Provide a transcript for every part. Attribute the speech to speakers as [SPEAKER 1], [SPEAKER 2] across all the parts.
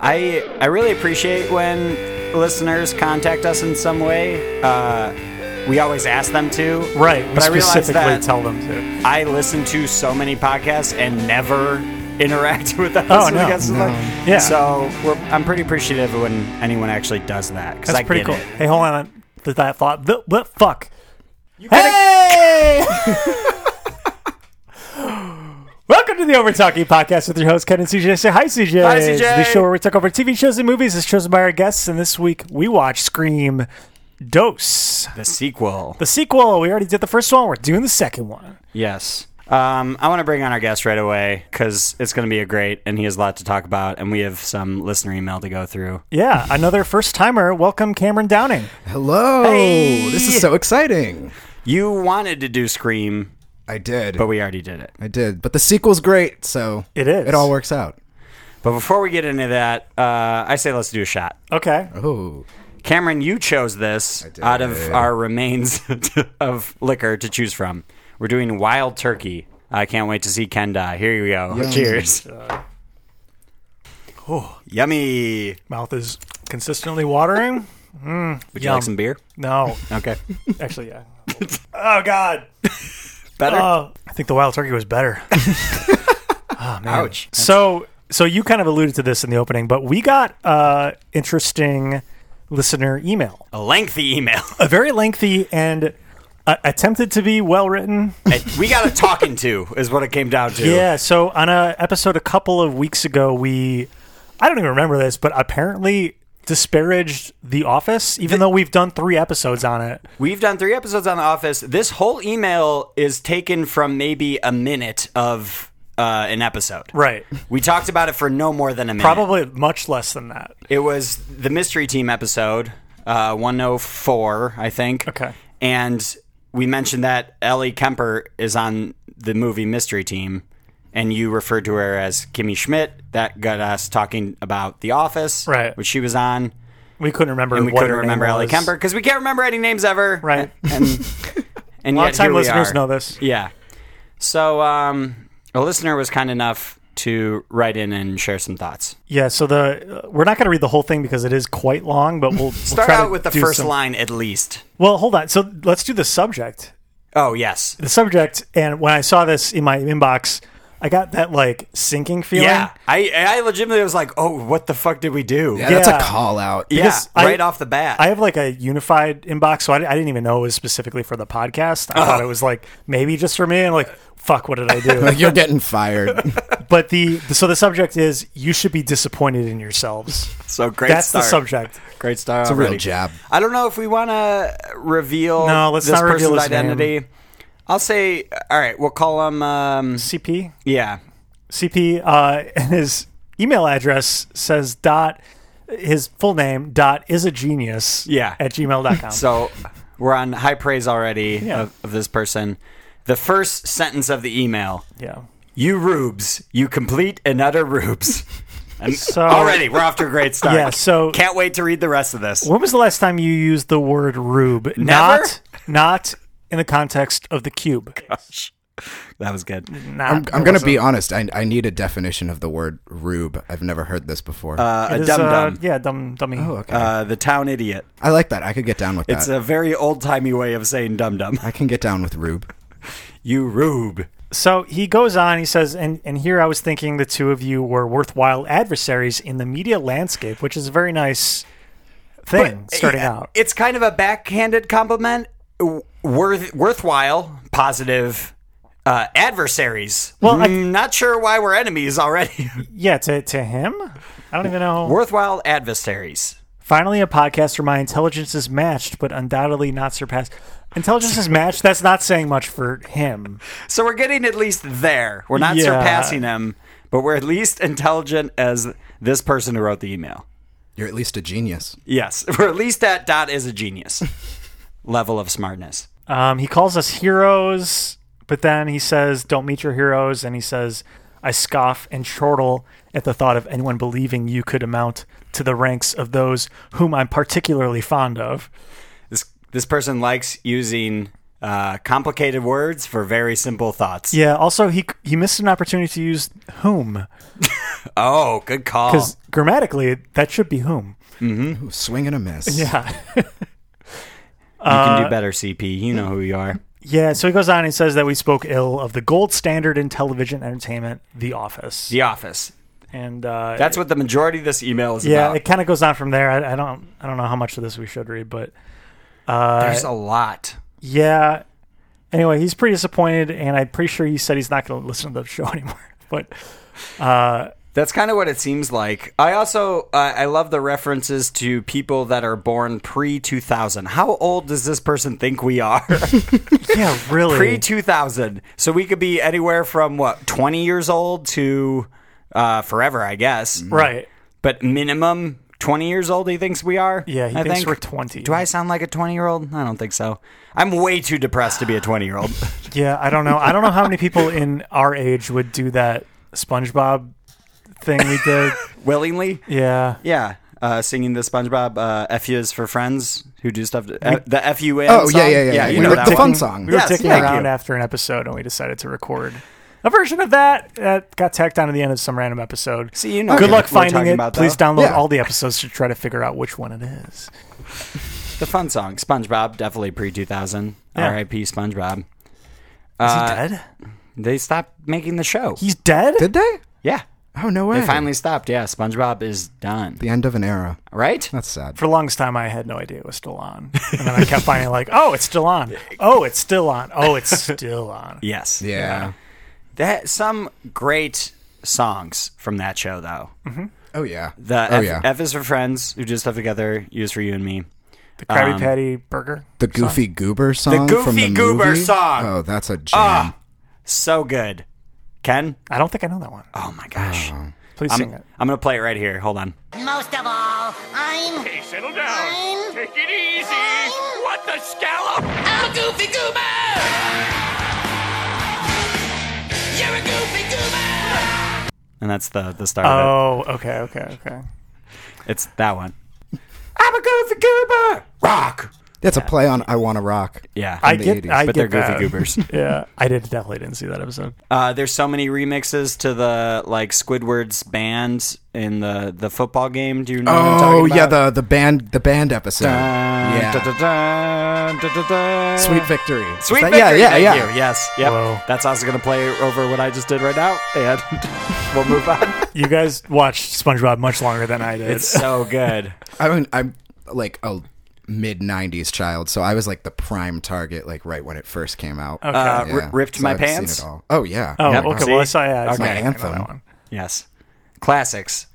[SPEAKER 1] I I really appreciate when listeners contact us in some way. Uh, we always ask them to.
[SPEAKER 2] Right. We
[SPEAKER 1] But I realized
[SPEAKER 2] specifically
[SPEAKER 1] that-
[SPEAKER 2] tell them to.
[SPEAKER 1] I listen to so many podcasts and never interact with us.
[SPEAKER 2] Oh,
[SPEAKER 1] when it
[SPEAKER 2] no,
[SPEAKER 1] gets to
[SPEAKER 2] no.
[SPEAKER 1] that.
[SPEAKER 2] Yeah.
[SPEAKER 1] So we're, I'm pretty appreciative when anyone actually does that because
[SPEAKER 2] That's
[SPEAKER 1] I
[SPEAKER 2] pretty
[SPEAKER 1] get
[SPEAKER 2] cool.
[SPEAKER 1] it.
[SPEAKER 2] Hey, hold on. Th- That thought. Th- what fuck?
[SPEAKER 1] Hey!
[SPEAKER 2] Welcome to the Over Talking Podcast with your host Ken and CJ. Say hi, CJ.
[SPEAKER 1] Hi,
[SPEAKER 2] It's
[SPEAKER 1] CJ.
[SPEAKER 2] The show where we talk over TV shows and movies. It's chosen by our guests, and this week we watch Scream Dose,
[SPEAKER 1] The sequel.
[SPEAKER 2] the sequel. We already did the first one. We're doing the second one.
[SPEAKER 1] Yes. Um, I want to bring on our guest right away because it's going to be a great, and he has a lot to talk about, and we have some listener email to go through.
[SPEAKER 2] Yeah, another first timer. Welcome, Cameron Downing.
[SPEAKER 3] Hello.
[SPEAKER 1] Hey.
[SPEAKER 3] This is so exciting.
[SPEAKER 1] You wanted to do Scream,
[SPEAKER 3] I did.
[SPEAKER 1] but we already did it.
[SPEAKER 3] I did. But the sequel's great, so
[SPEAKER 2] It is.
[SPEAKER 3] It all works out.
[SPEAKER 1] But before we get into that, uh, I say let's do a shot.
[SPEAKER 2] Okay.
[SPEAKER 3] Oh.
[SPEAKER 1] Cameron, you chose this
[SPEAKER 3] did.
[SPEAKER 1] out of our remains of liquor to choose from. We're doing wild turkey. I can't wait to see Ken die. Here you go.
[SPEAKER 3] Yum.
[SPEAKER 1] Cheers. Yummy.
[SPEAKER 2] Mouth is consistently watering.
[SPEAKER 1] Would you
[SPEAKER 2] Yum.
[SPEAKER 1] like some beer?
[SPEAKER 2] No,
[SPEAKER 1] Okay.
[SPEAKER 2] actually, yeah. Oh God.
[SPEAKER 1] Better?
[SPEAKER 2] Oh, I think the wild turkey was better.
[SPEAKER 1] Ouch.
[SPEAKER 2] So, so you kind of alluded to this in the opening, but we got uh, interesting listener email.
[SPEAKER 1] A lengthy email.
[SPEAKER 2] A very lengthy and uh, attempted to be well written.
[SPEAKER 1] we got a talking to, is what it came down to.
[SPEAKER 2] Yeah. So on a episode a couple of weeks ago, we I don't even remember this, but apparently disparaged The Office, even though we've done three episodes on it.
[SPEAKER 1] We've done three episodes on The Office. This whole email is taken from maybe a minute of uh, an episode.
[SPEAKER 2] Right.
[SPEAKER 1] We talked about it for no more than a minute.
[SPEAKER 2] Probably much less than that.
[SPEAKER 1] It was the mystery team episode, uh, 104, I think.
[SPEAKER 2] Okay.
[SPEAKER 1] And we mentioned that Ellie Kemper is on the movie Mystery Team, and you referred to her as Kimmy Schmidt. That got us talking about The Office,
[SPEAKER 2] Right.
[SPEAKER 1] Which she was on,
[SPEAKER 2] We couldn't remember.
[SPEAKER 1] and we
[SPEAKER 2] what
[SPEAKER 1] couldn't
[SPEAKER 2] her name
[SPEAKER 1] remember Ellie
[SPEAKER 2] was.
[SPEAKER 1] Kemper because we can't remember any names ever,
[SPEAKER 2] Right.
[SPEAKER 1] And and yet here
[SPEAKER 2] Long-time
[SPEAKER 1] we
[SPEAKER 2] listeners
[SPEAKER 1] are.
[SPEAKER 2] know this.
[SPEAKER 1] Yeah. So um, a listener was kind enough to write in and share some thoughts.
[SPEAKER 2] Yeah, so the uh, we're not going to read the whole thing because it is quite long, but we'll we'll
[SPEAKER 1] Start
[SPEAKER 2] try to
[SPEAKER 1] out with the
[SPEAKER 2] do
[SPEAKER 1] first
[SPEAKER 2] some-
[SPEAKER 1] line at least.
[SPEAKER 2] Well, hold on. So let's do the subject.
[SPEAKER 1] Oh yes.
[SPEAKER 2] The subject, and when I saw this in my inbox, I got that like sinking feeling.
[SPEAKER 1] Yeah, I I legitimately was like, oh, what the fuck did we do?
[SPEAKER 3] Yeah, that's
[SPEAKER 2] Yeah.
[SPEAKER 3] a call out.
[SPEAKER 1] Yeah,
[SPEAKER 2] Because I-
[SPEAKER 1] right off the bat.
[SPEAKER 2] I have like a unified inbox, so I, I didn't even know it was specifically for the podcast. I
[SPEAKER 1] Uh-huh.
[SPEAKER 2] thought it was like maybe just for me, and like, fuck, what did I do?
[SPEAKER 3] Like you're getting fired.
[SPEAKER 2] but the so the subject is you should be disappointed in yourselves.
[SPEAKER 1] so great.
[SPEAKER 2] That's
[SPEAKER 1] start.
[SPEAKER 2] the subject.
[SPEAKER 1] Great start. It's
[SPEAKER 3] a real jab.
[SPEAKER 1] I don't know if we want to reveal
[SPEAKER 2] No, let's
[SPEAKER 1] this
[SPEAKER 2] not
[SPEAKER 1] person's
[SPEAKER 2] reveal his
[SPEAKER 1] identity. I'll say, all right, we'll call him. Um,
[SPEAKER 2] CP.
[SPEAKER 1] yeah,
[SPEAKER 2] CP uh, and his email address says dot his full name dot is a genius
[SPEAKER 1] Yeah.
[SPEAKER 2] at gmail.com.
[SPEAKER 1] So we're on high praise already
[SPEAKER 2] Yeah.
[SPEAKER 1] of, of this person. The first sentence of the email:
[SPEAKER 2] yeah.
[SPEAKER 1] "You rubes, you complete and utter rubes." And
[SPEAKER 2] So-
[SPEAKER 1] already, we're off to a great start.
[SPEAKER 2] Yeah, so-
[SPEAKER 1] can't wait to read the rest of this.
[SPEAKER 2] When was the last time you used the word rube? Not not in the context of the cube.
[SPEAKER 1] That was good.
[SPEAKER 2] Nah,
[SPEAKER 3] I'm, I'm
[SPEAKER 2] it
[SPEAKER 3] gonna
[SPEAKER 2] wasn't.
[SPEAKER 3] be honest. I, I need a definition of the word rube. I've never heard this before.
[SPEAKER 1] Uh,
[SPEAKER 2] It
[SPEAKER 1] a
[SPEAKER 2] is,
[SPEAKER 1] dum
[SPEAKER 2] uh,
[SPEAKER 1] dum.
[SPEAKER 2] yeah, dumb dummy.
[SPEAKER 3] oh, okay.
[SPEAKER 1] Uh, the town idiot.
[SPEAKER 3] I like that. I could get down with
[SPEAKER 1] It's
[SPEAKER 3] that.
[SPEAKER 1] a very old timey way of saying dum dum.
[SPEAKER 3] I can get down with rube.
[SPEAKER 1] You rube.
[SPEAKER 2] So he goes on, he says, and, and here I was thinking the two of you were worthwhile adversaries in the media landscape, which is a very nice thing starting
[SPEAKER 1] Yeah,
[SPEAKER 2] out.
[SPEAKER 1] It's kind of a backhanded compliment. W- Worth worthwhile, positive uh, adversaries.
[SPEAKER 2] Well, I-
[SPEAKER 1] Mm, not sure why we're enemies already.
[SPEAKER 2] Yeah, to, to him? I don't even know.
[SPEAKER 1] worthwhile adversaries.
[SPEAKER 2] Finally, a podcaster, my intelligence is matched, but undoubtedly not surpassed. Intelligence is matched. That's not saying much for him.
[SPEAKER 1] So we're getting at least there. We're not
[SPEAKER 2] Yeah.
[SPEAKER 1] surpassing him, but we're at least intelligent as this person who wrote the email.
[SPEAKER 3] You're at least a genius.
[SPEAKER 1] Yes, we're at least at dot is a genius level of smartness.
[SPEAKER 2] Um, he calls us heroes, but then he says, "Don't meet your heroes," and he says, "I scoff and chortle at the thought of anyone believing you could amount to the ranks of those whom I'm particularly fond of."
[SPEAKER 1] This this person likes using uh, complicated words for very simple thoughts.
[SPEAKER 2] Yeah. Also, he he missed an opportunity to use whom.
[SPEAKER 1] Oh, good call.
[SPEAKER 2] Because grammatically, that should be whom.
[SPEAKER 3] Ooh, swing and a miss.
[SPEAKER 2] Yeah.
[SPEAKER 1] You can
[SPEAKER 2] uh,
[SPEAKER 1] do better, CP. You know who you are.
[SPEAKER 2] yeah. So he goes on and says that we spoke ill of the gold standard in television entertainment, The Office.
[SPEAKER 1] The Office.
[SPEAKER 2] And uh,
[SPEAKER 1] That's what the majority of this email is
[SPEAKER 2] yeah,
[SPEAKER 1] about.
[SPEAKER 2] it kind of goes on from there. I, I don't, I don't know how much of this we should read, but
[SPEAKER 1] There's a lot.
[SPEAKER 2] yeah. Anyway, he's pretty disappointed, and I'm pretty sure he said he's not going to listen to the show anymore. But
[SPEAKER 1] That's kind of what it seems like. I also uh, I love the references to people that are born pre 2000. How old does this person think we are?
[SPEAKER 2] yeah, really,
[SPEAKER 1] pre 2000. So we could be anywhere from what 20 years old to uh, forever, I guess.
[SPEAKER 2] right?
[SPEAKER 1] But minimum 20 years old. He thinks we are.
[SPEAKER 2] Yeah, he
[SPEAKER 1] I
[SPEAKER 2] thinks
[SPEAKER 1] think.
[SPEAKER 2] we're twenty.
[SPEAKER 1] Do I sound like a 20 year old? I don't think so. I'm way too depressed to be a 20 year old.
[SPEAKER 2] Yeah, I don't know. I don't know how many people in our age would do that SpongeBob thing we did.
[SPEAKER 1] Willingly?
[SPEAKER 2] Yeah.
[SPEAKER 1] Yeah. Uh, singing the SpongeBob uh, F yous for friends who do stuff. To, uh, the F U N.
[SPEAKER 3] Oh,
[SPEAKER 1] song?
[SPEAKER 3] yeah, yeah, yeah, yeah.
[SPEAKER 1] you
[SPEAKER 3] We
[SPEAKER 1] know
[SPEAKER 3] were
[SPEAKER 1] that
[SPEAKER 3] the
[SPEAKER 1] one.
[SPEAKER 3] fun song.
[SPEAKER 2] We were
[SPEAKER 1] Yes,
[SPEAKER 2] dicking
[SPEAKER 1] thank
[SPEAKER 2] around
[SPEAKER 1] you.
[SPEAKER 2] after an episode and we decided to record a version of that that got tacked onto the end of some random episode.
[SPEAKER 1] See, you know
[SPEAKER 2] Good
[SPEAKER 1] what
[SPEAKER 2] luck
[SPEAKER 1] we're
[SPEAKER 2] finding
[SPEAKER 1] talking
[SPEAKER 2] it.
[SPEAKER 1] about, though.
[SPEAKER 2] Please download
[SPEAKER 3] Yeah.
[SPEAKER 2] all the episodes to try to figure out which one it is.
[SPEAKER 1] The fun song. SpongeBob, definitely pre 2000.
[SPEAKER 2] Yeah.
[SPEAKER 1] R.I.P. SpongeBob.
[SPEAKER 2] Is
[SPEAKER 1] Uh,
[SPEAKER 2] he dead?
[SPEAKER 1] They stopped making the show.
[SPEAKER 2] He's dead?
[SPEAKER 3] Did they?
[SPEAKER 1] yeah.
[SPEAKER 3] Oh no way!
[SPEAKER 1] They finally stopped. Yeah. SpongeBob is done.
[SPEAKER 3] the end of an era.
[SPEAKER 1] Right?
[SPEAKER 3] That's sad.
[SPEAKER 2] For the longest time, I had no idea it was still on. And then I kept finding, like, oh, it's still on. Oh, it's still on. Oh, it's still on.
[SPEAKER 1] Yes.
[SPEAKER 3] yeah.
[SPEAKER 1] That, some great songs from that show, though.
[SPEAKER 3] Oh yeah.
[SPEAKER 1] The
[SPEAKER 3] oh
[SPEAKER 1] F,
[SPEAKER 3] yeah.
[SPEAKER 1] F is for friends who do stuff together, U is for you and me.
[SPEAKER 2] The Krabby
[SPEAKER 1] Um,
[SPEAKER 2] Patty burger.
[SPEAKER 3] the Goofy Goober song.
[SPEAKER 1] Goofy
[SPEAKER 3] from the
[SPEAKER 1] Goober
[SPEAKER 3] movie?
[SPEAKER 1] song. Ah.
[SPEAKER 3] Oh, that's a jam.
[SPEAKER 1] So good. Ken?
[SPEAKER 2] I don't think I know that one.
[SPEAKER 1] Oh my gosh.
[SPEAKER 2] Please
[SPEAKER 1] I'm,
[SPEAKER 2] sing it.
[SPEAKER 1] I'm going to play it right here. Hold on.
[SPEAKER 4] Most of all, I'm
[SPEAKER 5] Hey, settle down.
[SPEAKER 4] I'm-
[SPEAKER 5] Take it easy.
[SPEAKER 4] I'm-
[SPEAKER 5] What the scallop?
[SPEAKER 6] I'm a goofy goober! You're a goofy goober!
[SPEAKER 1] And that's the, the start of
[SPEAKER 2] Oh, okay, okay, okay.
[SPEAKER 1] it. It's that one. I'm a goofy goober. Rock.
[SPEAKER 3] That's a play on "I Want to Rock."
[SPEAKER 1] Yeah.
[SPEAKER 2] I
[SPEAKER 3] the
[SPEAKER 2] get,
[SPEAKER 3] 80s.
[SPEAKER 2] I
[SPEAKER 1] but they're
[SPEAKER 2] get
[SPEAKER 1] goofy
[SPEAKER 2] that.
[SPEAKER 1] goobers.
[SPEAKER 2] Yeah, I did definitely didn't see that episode.
[SPEAKER 1] Uh, there's so many remixes to the like Squidward's band in the, the football game. Do you know what I'm
[SPEAKER 3] Oh
[SPEAKER 1] talking about?
[SPEAKER 3] yeah, the the band the band episode. yeah. Sweet Victory. Is
[SPEAKER 1] Sweet
[SPEAKER 3] that-
[SPEAKER 1] victory.
[SPEAKER 3] Yeah, yeah,
[SPEAKER 1] Thank
[SPEAKER 3] yeah.
[SPEAKER 1] You. Yes. Yep.
[SPEAKER 2] Whoa.
[SPEAKER 1] That's also going to play over what I just did right now, and we'll move on.
[SPEAKER 2] You guys watched SpongeBob much longer than I did.
[SPEAKER 1] It's so good.
[SPEAKER 3] I mean, I'm like a mid '90s child, so I was like the prime target, like right when it first came out. Okay.
[SPEAKER 1] Uh, ri- ripped my pants.
[SPEAKER 3] all. Oh yeah.
[SPEAKER 2] oh,
[SPEAKER 1] Yep,
[SPEAKER 2] okay.
[SPEAKER 1] see?
[SPEAKER 2] Well, I saw yeah, I saw
[SPEAKER 1] My
[SPEAKER 2] I know that
[SPEAKER 3] anthem.
[SPEAKER 2] one.
[SPEAKER 1] Yes. Classics.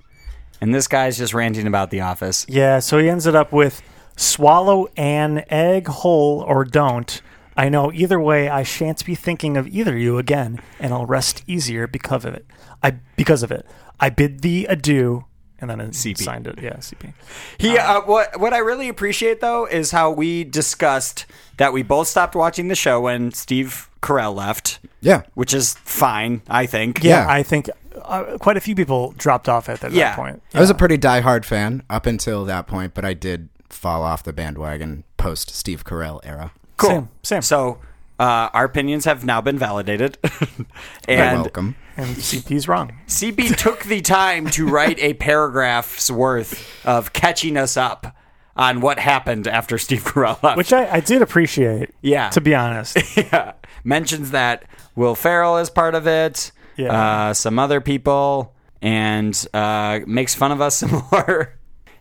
[SPEAKER 1] And this guy's just ranting about The Office.
[SPEAKER 2] Yeah, so he ends it up with swallow an egg whole or don't. I know either way, I shan't be thinking of either you again, and I'll rest easier because of it. I because of it. I bid thee adieu, and then it
[SPEAKER 1] CP.
[SPEAKER 2] signed it. Yeah, CP.
[SPEAKER 1] He,
[SPEAKER 2] Uh-huh.
[SPEAKER 1] uh, what, what I really appreciate though is how we discussed that we both stopped watching the show when Steve Carell left,
[SPEAKER 3] Yeah.
[SPEAKER 1] which is fine, I think.
[SPEAKER 2] Yeah,
[SPEAKER 3] Yeah.
[SPEAKER 2] I think uh, quite a few people dropped off at that,
[SPEAKER 1] Yeah. Uh,
[SPEAKER 2] point.
[SPEAKER 3] I was a pretty diehard fan up until that point, but I did fall off the bandwagon post Steve Carell era.
[SPEAKER 1] Cool.
[SPEAKER 2] Same, same.
[SPEAKER 1] So uh, our opinions have now been validated,
[SPEAKER 3] You're
[SPEAKER 1] and
[SPEAKER 3] welcome.
[SPEAKER 2] And CP's wrong.
[SPEAKER 1] CB took the time to write a paragraph's worth of catching us up on what happened after Steve Carell left.
[SPEAKER 2] Which I, I did appreciate.
[SPEAKER 1] Yeah.
[SPEAKER 2] To be honest.
[SPEAKER 1] yeah. mentions that Will Farrell is part of it,
[SPEAKER 2] Yeah.
[SPEAKER 1] uh, some other people, and uh, makes fun of us some more.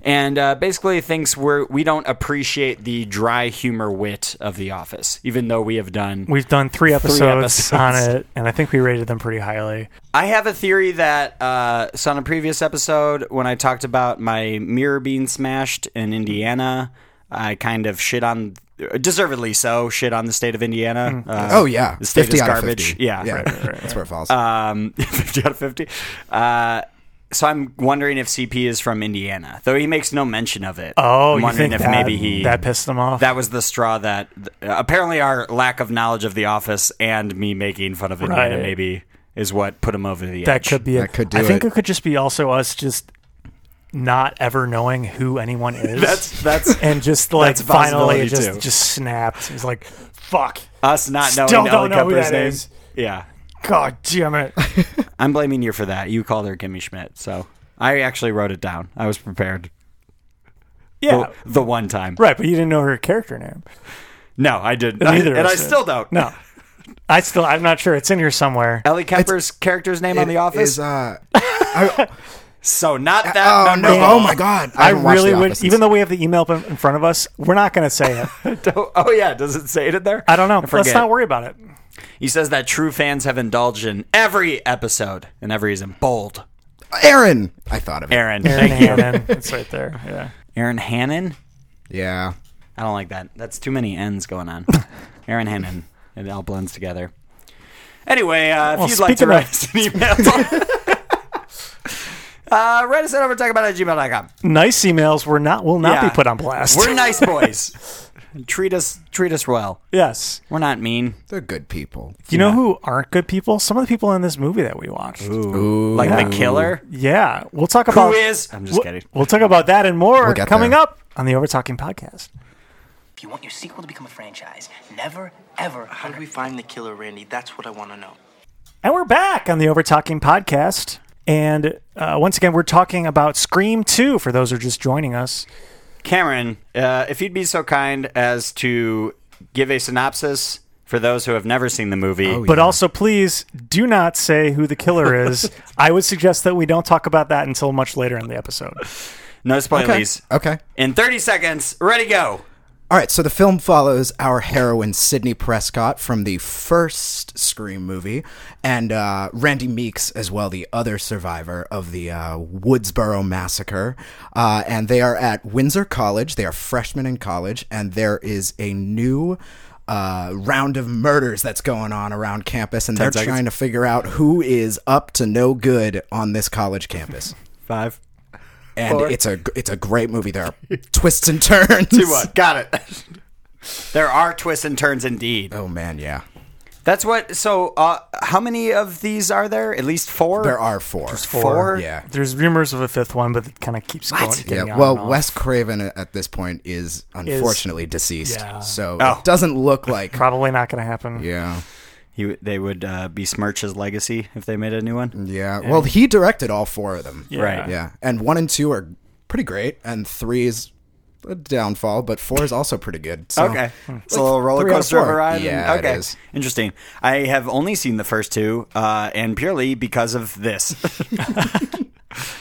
[SPEAKER 1] And uh, basically thinks we're we don't appreciate the dry humor wit of The Office, even though we have done.
[SPEAKER 2] We've done three episodes,
[SPEAKER 1] episodes.
[SPEAKER 2] on it, and I think we rated them pretty highly.
[SPEAKER 1] I have a theory that uh, so on a previous episode when I talked about my mirror being smashed in Indiana, I kind of shit on deservedly so shit on the state of Indiana. Uh,
[SPEAKER 3] Oh yeah,
[SPEAKER 1] the state is
[SPEAKER 3] out of
[SPEAKER 1] garbage.
[SPEAKER 3] 50.
[SPEAKER 1] Yeah,
[SPEAKER 3] yeah, that's where it falls.
[SPEAKER 1] um, 50 out of 50. Uh, so I'm wondering if CP is from Indiana, though he makes no mention of it.
[SPEAKER 2] Oh,
[SPEAKER 1] I'm
[SPEAKER 2] you
[SPEAKER 1] wondering
[SPEAKER 2] think
[SPEAKER 1] if
[SPEAKER 2] that,
[SPEAKER 1] maybe he
[SPEAKER 2] that pissed them off?
[SPEAKER 1] that was the straw that uh, apparently our lack of knowledge of the office and me making fun of Indiana
[SPEAKER 2] Right.
[SPEAKER 1] maybe is what put him over the
[SPEAKER 2] that
[SPEAKER 1] edge.
[SPEAKER 2] could be.
[SPEAKER 3] That
[SPEAKER 2] it.
[SPEAKER 3] could do
[SPEAKER 2] I think
[SPEAKER 3] it.
[SPEAKER 2] it could just be also us just not ever knowing who anyone is.
[SPEAKER 1] that's that's
[SPEAKER 2] and just like
[SPEAKER 1] that's a possibility,
[SPEAKER 2] finally it just
[SPEAKER 1] too. Uh,
[SPEAKER 2] just snapped. It's like fuck.
[SPEAKER 1] us not knowing
[SPEAKER 2] Still don't
[SPEAKER 1] Ellie
[SPEAKER 2] know who
[SPEAKER 1] Kemper's
[SPEAKER 2] that
[SPEAKER 1] name.
[SPEAKER 2] is.
[SPEAKER 1] Yeah.
[SPEAKER 2] God damn it.
[SPEAKER 1] I'm blaming you for that. You called her Kimmy Schmidt, so I actually wrote it down. I was prepared.
[SPEAKER 2] Yeah.
[SPEAKER 1] The, the one time.
[SPEAKER 2] Right, but you didn't know her character name.
[SPEAKER 1] No, I didn't. I,
[SPEAKER 2] Neither of
[SPEAKER 1] and
[SPEAKER 2] us
[SPEAKER 1] I
[SPEAKER 2] did.
[SPEAKER 1] still don't.
[SPEAKER 2] No. I still, I'm not sure. It's in here somewhere.
[SPEAKER 1] Ellie Kemper's character's name on The
[SPEAKER 3] It
[SPEAKER 1] Office.
[SPEAKER 3] is, uh, I-
[SPEAKER 1] so not that.
[SPEAKER 3] oh no!
[SPEAKER 1] memorable.
[SPEAKER 3] Oh my god!
[SPEAKER 2] I,
[SPEAKER 3] haven't watched
[SPEAKER 2] really
[SPEAKER 3] The
[SPEAKER 2] would,
[SPEAKER 3] Office
[SPEAKER 2] even
[SPEAKER 3] since-
[SPEAKER 2] though we have the email up in in front of us, we're not going to say it.
[SPEAKER 1] Oh, oh, yeah, does it say it in there?
[SPEAKER 2] I don't know. Let's
[SPEAKER 1] forget.
[SPEAKER 2] not worry about it.
[SPEAKER 1] He says that true fans have indulged in every episode, and every is in bold.
[SPEAKER 3] Aaron, I thought of it.
[SPEAKER 1] Aaron,
[SPEAKER 2] Aaron
[SPEAKER 1] thank you.
[SPEAKER 2] Hannon. It's right there. Yeah.
[SPEAKER 1] Aaron Hannon.
[SPEAKER 3] Yeah,
[SPEAKER 1] I don't like that. That's too many N's going on. Aaron Hannon. It all blends together. Anyway, uh, if
[SPEAKER 2] Well,
[SPEAKER 1] you'd like to
[SPEAKER 2] speaking
[SPEAKER 1] write
[SPEAKER 2] of-
[SPEAKER 1] us an email, uh, write us at overtalkabout at gmail.com.
[SPEAKER 2] Nice emails were not will not
[SPEAKER 1] Yeah.
[SPEAKER 2] be put on blast.
[SPEAKER 1] We're nice boys. treat us treat us well.
[SPEAKER 2] yes.
[SPEAKER 1] We're not mean.
[SPEAKER 3] they're good people.
[SPEAKER 2] You know who aren't good people? Some of the people in this movie that we watched.
[SPEAKER 1] like the killer.
[SPEAKER 2] Yeah, we'll talk about
[SPEAKER 1] Who is? I'm just
[SPEAKER 2] we'll,
[SPEAKER 1] kidding.
[SPEAKER 2] We'll talk about that and more
[SPEAKER 3] We'll get
[SPEAKER 2] coming
[SPEAKER 3] there.
[SPEAKER 2] up on the Over Talking podcast.
[SPEAKER 7] If you want your sequel to become a franchise, never, ever.
[SPEAKER 8] How do we find the killer, Randy? That's what I want to know.
[SPEAKER 2] And we're back on the Over Talking podcast, and uh, once again, we're talking about Scream Two. For those who are just joining us,
[SPEAKER 1] Cameron, uh, if you'd be so kind as to give a synopsis for those who have never seen the movie.
[SPEAKER 2] but also please do not say who the killer is. I would suggest that we don't talk about that until much later in the episode.
[SPEAKER 1] No spoilies.
[SPEAKER 3] Okay.
[SPEAKER 1] In 30 seconds, ready, go.
[SPEAKER 3] All right, so the film follows our heroine Sydney Prescott from the first Scream movie, and uh, Randy Meeks as well, the other survivor of the uh, Woodsboro massacre. Uh, and they are at Windsor College. They are freshmen in college, and there is a new uh, round of murders that's going on around campus, and they're
[SPEAKER 1] seconds.
[SPEAKER 3] trying to figure out who is up to no good on this college campus.
[SPEAKER 1] Five.
[SPEAKER 3] And it's a it's a great movie. There are twists and turns.
[SPEAKER 1] Two, one. Got it. there are twists and turns indeed.
[SPEAKER 3] Oh man, yeah.
[SPEAKER 1] That's what. So, uh, how many of these are there? At least four?
[SPEAKER 3] There are four.
[SPEAKER 1] four.
[SPEAKER 3] Yeah.
[SPEAKER 2] There's rumors of a fifth one, but it kind of keeps going. getting
[SPEAKER 3] Yeah.
[SPEAKER 2] on
[SPEAKER 3] Well,
[SPEAKER 2] and off.
[SPEAKER 3] Wes Craven at this point is unfortunately deceased.
[SPEAKER 2] Yeah.
[SPEAKER 3] So
[SPEAKER 1] Oh.
[SPEAKER 3] it doesn't look like.
[SPEAKER 2] probably not going to happen.
[SPEAKER 3] yeah.
[SPEAKER 1] He, they would uh, besmirch his legacy if they made a new one.
[SPEAKER 3] Yeah. Well, he directed all four of them.
[SPEAKER 2] Yeah.
[SPEAKER 1] Right.
[SPEAKER 3] Yeah. And one and two are pretty great, and three is a downfall, but four is also pretty good. So.
[SPEAKER 1] Okay.
[SPEAKER 2] Hmm.
[SPEAKER 1] It's a little roller
[SPEAKER 3] three out of
[SPEAKER 1] coaster of a
[SPEAKER 3] four.
[SPEAKER 1] ride. and-
[SPEAKER 3] Yeah, it
[SPEAKER 1] okay.
[SPEAKER 3] is.
[SPEAKER 1] Interesting. I have only seen the first two, uh, and purely because of this.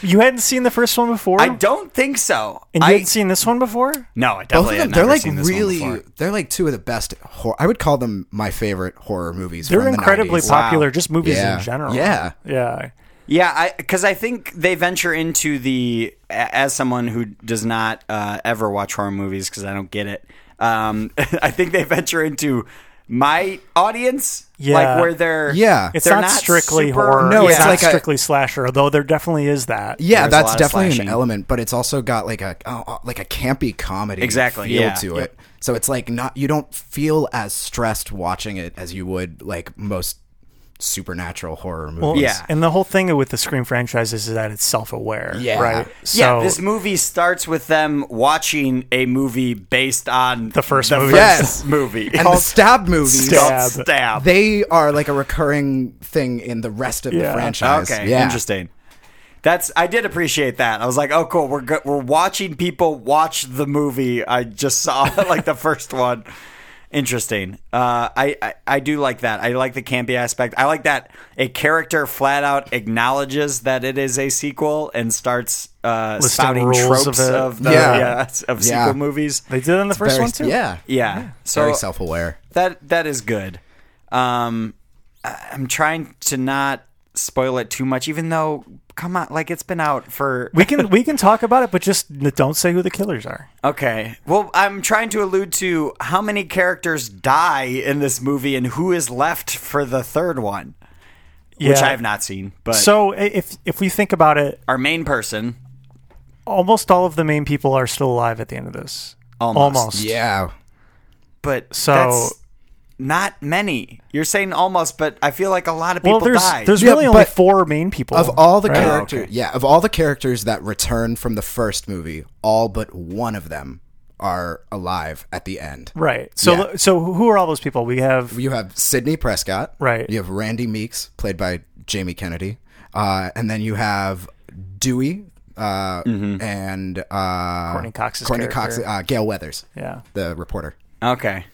[SPEAKER 2] You hadn't seen the first one before,
[SPEAKER 1] I don't think so.
[SPEAKER 2] and you
[SPEAKER 1] I
[SPEAKER 2] hadn't seen this one before.
[SPEAKER 1] no, I
[SPEAKER 3] Both
[SPEAKER 1] definitely
[SPEAKER 3] of
[SPEAKER 1] have
[SPEAKER 3] them, they're
[SPEAKER 1] never
[SPEAKER 3] like
[SPEAKER 1] seen this one
[SPEAKER 3] really,
[SPEAKER 1] before.
[SPEAKER 3] they're like two of the best. Hor- I would call them my favorite horror movies.
[SPEAKER 2] They're
[SPEAKER 3] from the
[SPEAKER 2] incredibly
[SPEAKER 3] 90s.
[SPEAKER 2] popular,
[SPEAKER 1] Wow.
[SPEAKER 2] just movies
[SPEAKER 3] Yeah.
[SPEAKER 2] in general.
[SPEAKER 3] Yeah.
[SPEAKER 2] yeah.
[SPEAKER 1] Yeah, I because I think they venture into the a- as someone who does not uh, ever watch horror movies because I don't get it. Um, I think they venture into my audience,
[SPEAKER 2] Yeah.
[SPEAKER 1] like where they're
[SPEAKER 3] Yeah.
[SPEAKER 2] It's
[SPEAKER 1] they're
[SPEAKER 2] not, strically
[SPEAKER 1] super-
[SPEAKER 2] horror.
[SPEAKER 3] No,
[SPEAKER 2] it's,
[SPEAKER 3] it's
[SPEAKER 2] not
[SPEAKER 3] like a-
[SPEAKER 2] strictly slasher, although there definitely is that.
[SPEAKER 3] Yeah,
[SPEAKER 1] There's a lot
[SPEAKER 3] that's
[SPEAKER 1] of
[SPEAKER 3] definitely
[SPEAKER 1] slashing.
[SPEAKER 3] an element, but it's also got like a oh, oh, like a campy comedy
[SPEAKER 1] Exactly,
[SPEAKER 3] feel
[SPEAKER 1] yeah.
[SPEAKER 3] to
[SPEAKER 1] Yep.
[SPEAKER 3] it. So it's like not you don't feel as stressed watching it as you would like most supernatural horror movies.
[SPEAKER 1] yeah.
[SPEAKER 2] And the whole thing with the Scream franchise is that it's self-aware,
[SPEAKER 3] Yeah.
[SPEAKER 2] right?
[SPEAKER 1] yeah, this movie starts with them watching a movie based on the
[SPEAKER 2] first movie.
[SPEAKER 3] Yes.
[SPEAKER 1] movie
[SPEAKER 3] And the
[SPEAKER 1] called
[SPEAKER 3] stab movies,
[SPEAKER 2] Stab.
[SPEAKER 1] Stab.
[SPEAKER 3] they are like a recurring thing in the rest of
[SPEAKER 2] Yeah.
[SPEAKER 3] the franchise.
[SPEAKER 1] Okay,
[SPEAKER 3] yeah.
[SPEAKER 1] interesting. That's I did appreciate that. I was like, oh, cool. We're go- we're watching people watch the movie I just saw, like the first one. Interesting. Uh, I, I I do like that. I like the campy aspect. I like that a character flat out acknowledges that it is a sequel and starts uh,
[SPEAKER 2] Listing
[SPEAKER 1] spouting
[SPEAKER 2] rules
[SPEAKER 1] tropes of,
[SPEAKER 2] of it.
[SPEAKER 1] the
[SPEAKER 3] Yeah.
[SPEAKER 1] yeah, of
[SPEAKER 3] Yeah.
[SPEAKER 1] sequel movies.
[SPEAKER 2] they did it in the first
[SPEAKER 3] Very-
[SPEAKER 2] one too.
[SPEAKER 3] Yeah.
[SPEAKER 1] Yeah. So
[SPEAKER 3] Very self aware.
[SPEAKER 1] that that is good. Um, I- I'm trying to not spoil it too much, even though, come on, like it's been out for.
[SPEAKER 2] we can we can talk about it, but just n- don't say who the killers are.
[SPEAKER 1] Okay, well, I'm trying to allude to how many characters die in this movie and who is left for the third one, which
[SPEAKER 2] Yeah.
[SPEAKER 1] I have not seen. But
[SPEAKER 2] So i- if if we think about it,
[SPEAKER 1] our main person,
[SPEAKER 2] almost all of the main people are still alive at the end of this.
[SPEAKER 1] Almost.
[SPEAKER 3] Yeah.
[SPEAKER 1] but
[SPEAKER 2] So-
[SPEAKER 1] that's not many. You're saying almost, but I feel like a lot of people
[SPEAKER 2] well, there's
[SPEAKER 1] died.
[SPEAKER 2] there's
[SPEAKER 3] Yeah,
[SPEAKER 2] really only
[SPEAKER 3] but
[SPEAKER 2] four main people
[SPEAKER 3] Of all the
[SPEAKER 2] right?
[SPEAKER 3] characters, yeah, of all the characters that return from the first movie, all but one of them are alive at the end.
[SPEAKER 2] Right. So
[SPEAKER 3] Yeah.
[SPEAKER 2] so who are all those people? We have
[SPEAKER 3] You have Sidney Prescott.
[SPEAKER 2] Right.
[SPEAKER 3] You have Randy Meeks, played by Jamie Kennedy. Uh, and then you have Dewey uh, and uh,
[SPEAKER 2] Courtney Cox's
[SPEAKER 3] Courtney Cox,
[SPEAKER 2] character.
[SPEAKER 3] uh, Gail Weathers,
[SPEAKER 2] Yeah.
[SPEAKER 3] the reporter.
[SPEAKER 1] Okay.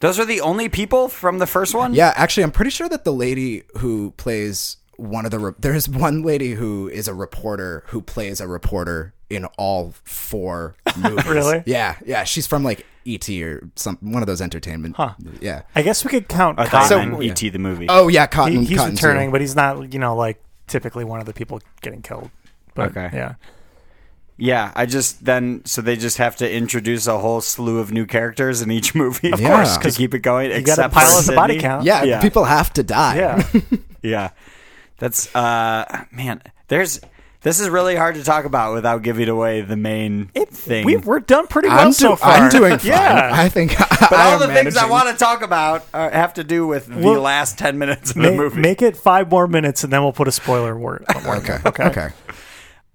[SPEAKER 1] Those are the only people from the first one?
[SPEAKER 3] Yeah, actually, I'm pretty sure that the lady who plays one of the re- there's one lady who is a reporter who plays a reporter in all four movies.
[SPEAKER 2] Really?
[SPEAKER 3] Yeah, yeah. She's from like ET or some one of those entertainment. Yeah.
[SPEAKER 2] I guess we could count
[SPEAKER 1] I
[SPEAKER 2] Cotton.
[SPEAKER 1] thought
[SPEAKER 3] So-
[SPEAKER 1] you meant E.T. the movie.
[SPEAKER 3] Oh yeah, Cotton.
[SPEAKER 2] He- he's
[SPEAKER 3] Cotton too.
[SPEAKER 2] returning, but he's not, you know, like typically one of the people getting killed. But,
[SPEAKER 1] Okay.
[SPEAKER 2] Yeah.
[SPEAKER 1] Yeah, I just then so they just have to introduce a whole slew of new characters in each movie. Of
[SPEAKER 3] Yeah. course,
[SPEAKER 1] to
[SPEAKER 3] 'cause
[SPEAKER 1] keep it going.
[SPEAKER 2] You got to
[SPEAKER 1] except
[SPEAKER 2] pile
[SPEAKER 1] for
[SPEAKER 2] up the body
[SPEAKER 1] Sydney.
[SPEAKER 2] count.
[SPEAKER 3] Yeah,
[SPEAKER 1] Yeah.
[SPEAKER 3] people have to die.
[SPEAKER 2] Yeah.
[SPEAKER 1] Yeah, that's uh, man. There's this is really hard to talk about without giving away the main thing.
[SPEAKER 2] we, we're done pretty well
[SPEAKER 3] I'm, do-
[SPEAKER 2] so far.
[SPEAKER 3] I'm doing fine.
[SPEAKER 2] Yeah.
[SPEAKER 3] I think
[SPEAKER 1] but
[SPEAKER 3] I
[SPEAKER 1] all
[SPEAKER 3] am
[SPEAKER 1] the things I
[SPEAKER 3] managing.
[SPEAKER 1] want to talk about are, have to do with the
[SPEAKER 2] Well,
[SPEAKER 1] last ten minutes of
[SPEAKER 2] Ma-
[SPEAKER 1] the movie.
[SPEAKER 2] Make it five more minutes, and then we'll put a spoiler word.
[SPEAKER 3] Okay. Okay.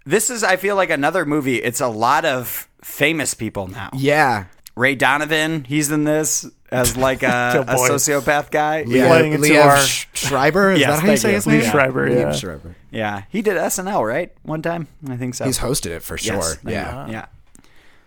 [SPEAKER 1] this is, I feel like, another movie. It's a lot of famous people now.
[SPEAKER 3] Yeah.
[SPEAKER 1] Ray Donovan, he's in this as like a,
[SPEAKER 2] Good
[SPEAKER 1] a
[SPEAKER 2] boy.
[SPEAKER 1] sociopath guy.
[SPEAKER 3] Yeah.
[SPEAKER 2] Playing into
[SPEAKER 3] Liev
[SPEAKER 2] our-
[SPEAKER 3] Sch- Schreiber. Is
[SPEAKER 1] Yes,
[SPEAKER 3] that how you
[SPEAKER 1] thank
[SPEAKER 3] say
[SPEAKER 1] you.
[SPEAKER 3] his
[SPEAKER 2] Liev
[SPEAKER 3] name?
[SPEAKER 2] Schreiber, yeah.
[SPEAKER 3] Liev Schreiber.
[SPEAKER 1] Yeah, he did SNL right one time. I think so.
[SPEAKER 3] He's hosted it for sure.
[SPEAKER 1] Yes, thank
[SPEAKER 3] yeah.
[SPEAKER 1] you. yeah.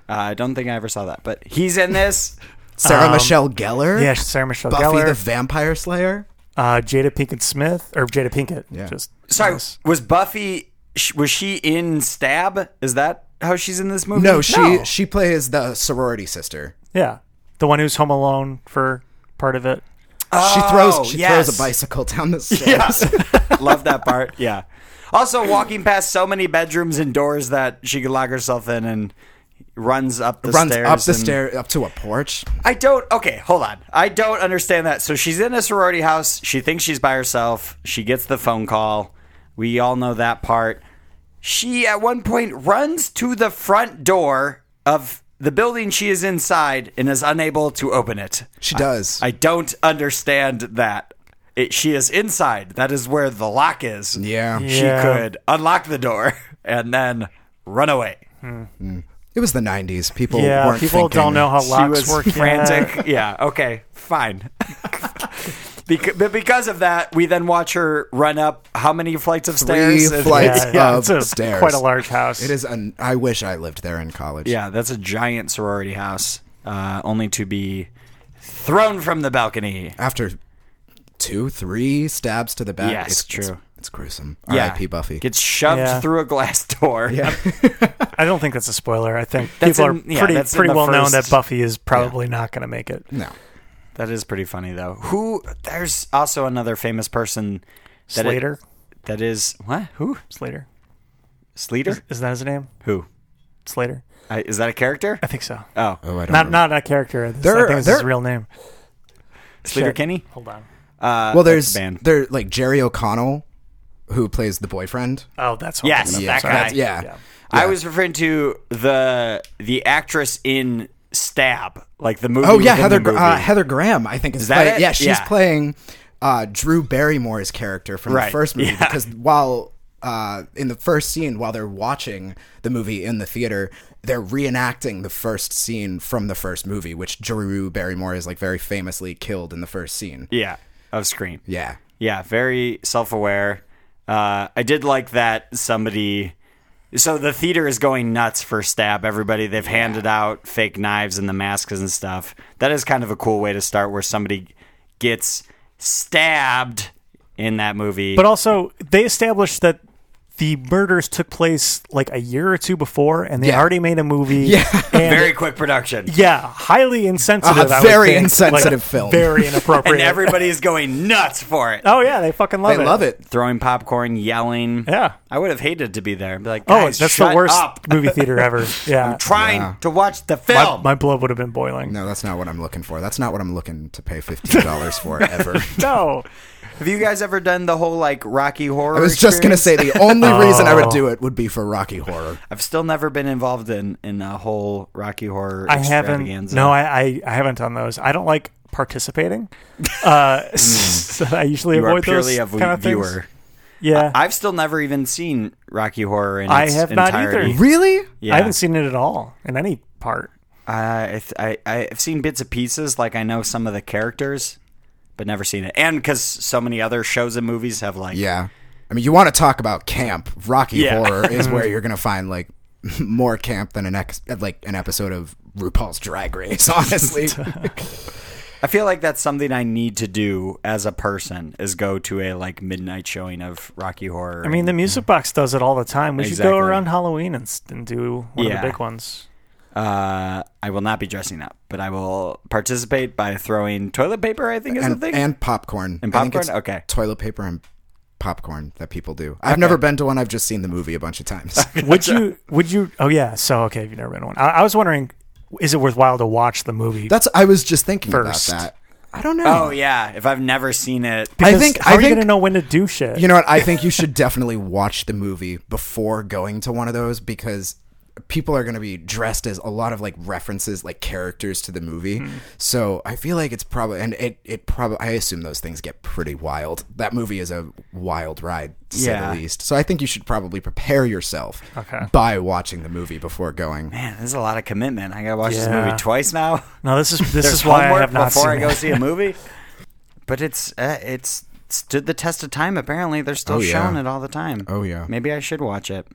[SPEAKER 1] Uh, I don't think I ever saw that, but he's in this.
[SPEAKER 3] Sarah
[SPEAKER 2] Um,
[SPEAKER 3] Michelle Gellar.
[SPEAKER 2] yeah, Sarah Michelle
[SPEAKER 3] Buffy
[SPEAKER 2] Gellar,
[SPEAKER 3] the Vampire Slayer.
[SPEAKER 2] uh, Jada Pinkett Smith, or Jada Pinkett.
[SPEAKER 3] Yeah.
[SPEAKER 2] Just
[SPEAKER 1] Sorry,
[SPEAKER 2] Yes.
[SPEAKER 1] was Buffy? sh- Was she in Stab? Is that how she's in this movie?
[SPEAKER 3] No, she
[SPEAKER 2] No.
[SPEAKER 3] she plays the sorority sister.
[SPEAKER 2] Yeah, the one who's home alone for part of it.
[SPEAKER 3] she
[SPEAKER 1] Oh,
[SPEAKER 3] throws she
[SPEAKER 1] yes.
[SPEAKER 3] throws a bicycle down the stairs.
[SPEAKER 1] Love that part. Yeah. Also, walking past so many bedrooms and doors that she could lock herself in and runs up the
[SPEAKER 3] Runs
[SPEAKER 1] stairs.
[SPEAKER 3] up the
[SPEAKER 1] and-
[SPEAKER 3] stair up to a porch.
[SPEAKER 1] I don't. Okay, hold on. I don't understand that. So she's in a sorority house. She thinks she's by herself. She gets the phone call. We all know that part. She, at one point, runs to the front door of the building she is inside and is unable to open it.
[SPEAKER 3] She does.
[SPEAKER 1] I don't understand that. It, she is inside. That is where the lock is.
[SPEAKER 3] yeah.
[SPEAKER 1] She
[SPEAKER 2] Yeah.
[SPEAKER 1] could unlock the door and then run away.
[SPEAKER 3] It was the nineties. People
[SPEAKER 2] Yeah,
[SPEAKER 3] weren't
[SPEAKER 2] people
[SPEAKER 3] thinking.
[SPEAKER 2] don't know how
[SPEAKER 1] she
[SPEAKER 2] locks
[SPEAKER 1] was
[SPEAKER 2] work. yet.
[SPEAKER 1] frantic. Yeah. Okay. Fine. Bec- but because of that, we then watch her run up how many flights of
[SPEAKER 3] Three
[SPEAKER 1] stairs? And-
[SPEAKER 3] flights
[SPEAKER 2] Yeah, yeah,
[SPEAKER 3] of
[SPEAKER 2] it's a,
[SPEAKER 3] stairs.
[SPEAKER 2] quite a large house.
[SPEAKER 3] It is an I wish I lived there in college.
[SPEAKER 1] Yeah, that's a giant sorority house, uh, only to be thrown from the balcony.
[SPEAKER 3] After two, three stabs to the back.
[SPEAKER 1] Yes, true.
[SPEAKER 3] It's, it's gruesome.
[SPEAKER 1] Yeah,
[SPEAKER 3] R.I.P. Buffy.
[SPEAKER 1] gets shoved
[SPEAKER 2] Yeah.
[SPEAKER 1] through a glass door. Yeah.
[SPEAKER 2] I don't think that's a spoiler. I think
[SPEAKER 1] That's
[SPEAKER 2] people
[SPEAKER 1] in-
[SPEAKER 2] are
[SPEAKER 1] yeah,
[SPEAKER 2] pretty
[SPEAKER 1] that's in
[SPEAKER 2] pretty
[SPEAKER 1] the
[SPEAKER 2] well known that
[SPEAKER 1] first-
[SPEAKER 2] Buffy is probably not going to make it.
[SPEAKER 3] no.
[SPEAKER 1] that is pretty funny though. Who? There's also another famous person. That it-
[SPEAKER 2] Slater,
[SPEAKER 1] that is what? Who?
[SPEAKER 2] Slater,
[SPEAKER 1] Sleater?
[SPEAKER 2] is that his name?
[SPEAKER 1] Who?
[SPEAKER 2] Slater,
[SPEAKER 1] I, is that a character?
[SPEAKER 2] I think so.
[SPEAKER 1] Oh,
[SPEAKER 3] Oh, I don't
[SPEAKER 2] Not
[SPEAKER 3] remember.
[SPEAKER 2] not a character. This,
[SPEAKER 3] There-
[SPEAKER 2] I think it's his
[SPEAKER 3] there-
[SPEAKER 2] real name.
[SPEAKER 1] Sleater
[SPEAKER 2] Shit.
[SPEAKER 1] Kinney.
[SPEAKER 2] Hold on.
[SPEAKER 1] Uh,
[SPEAKER 3] well,
[SPEAKER 1] that's
[SPEAKER 3] there's
[SPEAKER 1] the band.
[SPEAKER 3] there like Jerry O'Connell, who plays the boyfriend.
[SPEAKER 2] Oh, that's what
[SPEAKER 1] Yes,
[SPEAKER 2] I'm thinking
[SPEAKER 1] that
[SPEAKER 2] of.
[SPEAKER 1] guy.
[SPEAKER 3] That's- yeah.
[SPEAKER 2] Yeah.
[SPEAKER 1] I was referring to the the actress in Stab, like the movie.
[SPEAKER 3] Oh yeah,
[SPEAKER 1] within
[SPEAKER 3] Heather
[SPEAKER 1] the movie.
[SPEAKER 3] uh, Heather Graham, I think is,
[SPEAKER 1] that
[SPEAKER 3] play-
[SPEAKER 1] it?
[SPEAKER 3] Yeah, she's
[SPEAKER 1] Yeah.
[SPEAKER 3] playing uh, Drew Barrymore's character from
[SPEAKER 1] Right,
[SPEAKER 3] the first movie
[SPEAKER 1] yeah.
[SPEAKER 3] because while uh, in the first scene, while they're watching the movie in the theater, they're reenacting the first scene from the first movie, which Drew Barrymore is like very famously killed in the first scene.
[SPEAKER 1] yeah, of Scream.
[SPEAKER 3] Yeah.
[SPEAKER 1] yeah, very self aware. Uh, I did like that somebody. So the theater is going nuts for Stab. Everybody they've handed out fake knives and the masks and stuff. That is kind of a cool way to start, where somebody gets stabbed in that movie.
[SPEAKER 2] But also, they established that the murders took place like a year or two before, and they
[SPEAKER 3] Yeah.
[SPEAKER 2] already made a movie. Yeah, and,
[SPEAKER 1] very quick production.
[SPEAKER 2] yeah, highly insensitive.
[SPEAKER 3] A
[SPEAKER 2] I would
[SPEAKER 3] Uh, very
[SPEAKER 2] think.
[SPEAKER 3] insensitive
[SPEAKER 2] Like,
[SPEAKER 3] film.
[SPEAKER 2] Very inappropriate.
[SPEAKER 1] And everybody's going nuts for it.
[SPEAKER 2] oh yeah, they fucking love
[SPEAKER 3] They
[SPEAKER 2] it.
[SPEAKER 3] love it.
[SPEAKER 1] throwing popcorn, yelling.
[SPEAKER 2] Yeah.
[SPEAKER 1] I would have hated to be there. and Be like,
[SPEAKER 2] Oh,
[SPEAKER 1] guys,
[SPEAKER 2] that's
[SPEAKER 1] shut
[SPEAKER 2] the worst
[SPEAKER 1] Up.
[SPEAKER 2] movie theater ever. Yeah,
[SPEAKER 1] Trying to watch the
[SPEAKER 2] my,
[SPEAKER 1] film.
[SPEAKER 2] my blood would have been boiling.
[SPEAKER 3] No, that's not what I'm looking for. That's not what I'm looking to pay fifteen dollars for ever.
[SPEAKER 2] No.
[SPEAKER 1] have you guys ever done the whole like Rocky horror?
[SPEAKER 3] I was just gonna say the only reason I would do it would be for Rocky Horror.
[SPEAKER 1] I've still never been involved in in a whole Rocky horror.
[SPEAKER 2] I haven't.
[SPEAKER 1] extravaganza.
[SPEAKER 2] No, I, I, I haven't done those. I don't like participating. Uh,
[SPEAKER 3] Mm.
[SPEAKER 2] so I usually
[SPEAKER 1] you are
[SPEAKER 2] avoid
[SPEAKER 1] purely
[SPEAKER 2] those
[SPEAKER 1] a v-
[SPEAKER 2] kind of things.
[SPEAKER 1] viewer.
[SPEAKER 2] Yeah,
[SPEAKER 1] I've still never even seen Rocky Horror in
[SPEAKER 2] I
[SPEAKER 1] its
[SPEAKER 2] have not either.
[SPEAKER 1] entirety.
[SPEAKER 3] Really?
[SPEAKER 1] Yeah.
[SPEAKER 2] I haven't seen it at all in any part.
[SPEAKER 1] I, I I- I've seen bits and pieces. Like I know some of the characters, but never seen it. And because so many other shows and movies have like
[SPEAKER 3] Yeah. I mean, you want to talk about camp. Rocky
[SPEAKER 1] Yeah.
[SPEAKER 3] Horror is where you're going to find like more camp than an ex- like an episode of RuPaul's Drag Race, honestly.
[SPEAKER 1] I feel like that's something I need to do as a person is go to a like midnight showing of Rocky Horror.
[SPEAKER 2] I mean, the music box does it all the time. We should
[SPEAKER 1] Exactly.
[SPEAKER 2] go around Halloween and, s- and do one
[SPEAKER 1] Yeah.
[SPEAKER 2] of the big ones.
[SPEAKER 1] uh, I will not be dressing up, but I will participate by throwing toilet paper. I think is
[SPEAKER 3] and,
[SPEAKER 1] the thing.
[SPEAKER 3] and popcorn.
[SPEAKER 1] And
[SPEAKER 3] I think
[SPEAKER 1] popcorn?
[SPEAKER 3] it's
[SPEAKER 1] Okay.
[SPEAKER 3] Toilet paper and popcorn that people do. I've never been to one. I've just seen the movie a bunch of times.
[SPEAKER 2] Would you? Would you? Oh yeah. So okay, if you've never been to one, I, I was wondering, is it worthwhile to watch the movie?
[SPEAKER 3] That's I was just thinking
[SPEAKER 2] First.
[SPEAKER 3] about that. I don't know.
[SPEAKER 1] oh yeah, if I've never seen it,
[SPEAKER 3] I
[SPEAKER 2] Because
[SPEAKER 3] think-
[SPEAKER 2] how
[SPEAKER 3] I
[SPEAKER 2] are you
[SPEAKER 3] think-
[SPEAKER 2] gonna know when to do shit?
[SPEAKER 3] You know what? I think you should definitely watch the movie before going to one of those because people are going to be dressed as a lot of like references, like characters to the movie.
[SPEAKER 2] Hmm.
[SPEAKER 3] So I feel like it's probably, and it, it probably, I assume those things get pretty wild. That movie is a wild ride, to
[SPEAKER 1] Yeah.
[SPEAKER 3] say the least. So I think you should probably prepare yourself by watching the movie before going.
[SPEAKER 1] man, there's a lot of commitment. I gotta watch this
[SPEAKER 2] Yeah.
[SPEAKER 1] movie twice now.
[SPEAKER 2] no, this is this
[SPEAKER 1] There's
[SPEAKER 2] is why I
[SPEAKER 1] homework
[SPEAKER 2] have not
[SPEAKER 1] before
[SPEAKER 2] seen
[SPEAKER 1] I go
[SPEAKER 2] it.
[SPEAKER 1] see a movie. but it's uh, it's stood the test of time. Apparently, they're still
[SPEAKER 3] Oh, yeah.
[SPEAKER 1] showing it all the time.
[SPEAKER 3] Oh, yeah.
[SPEAKER 1] maybe I should watch it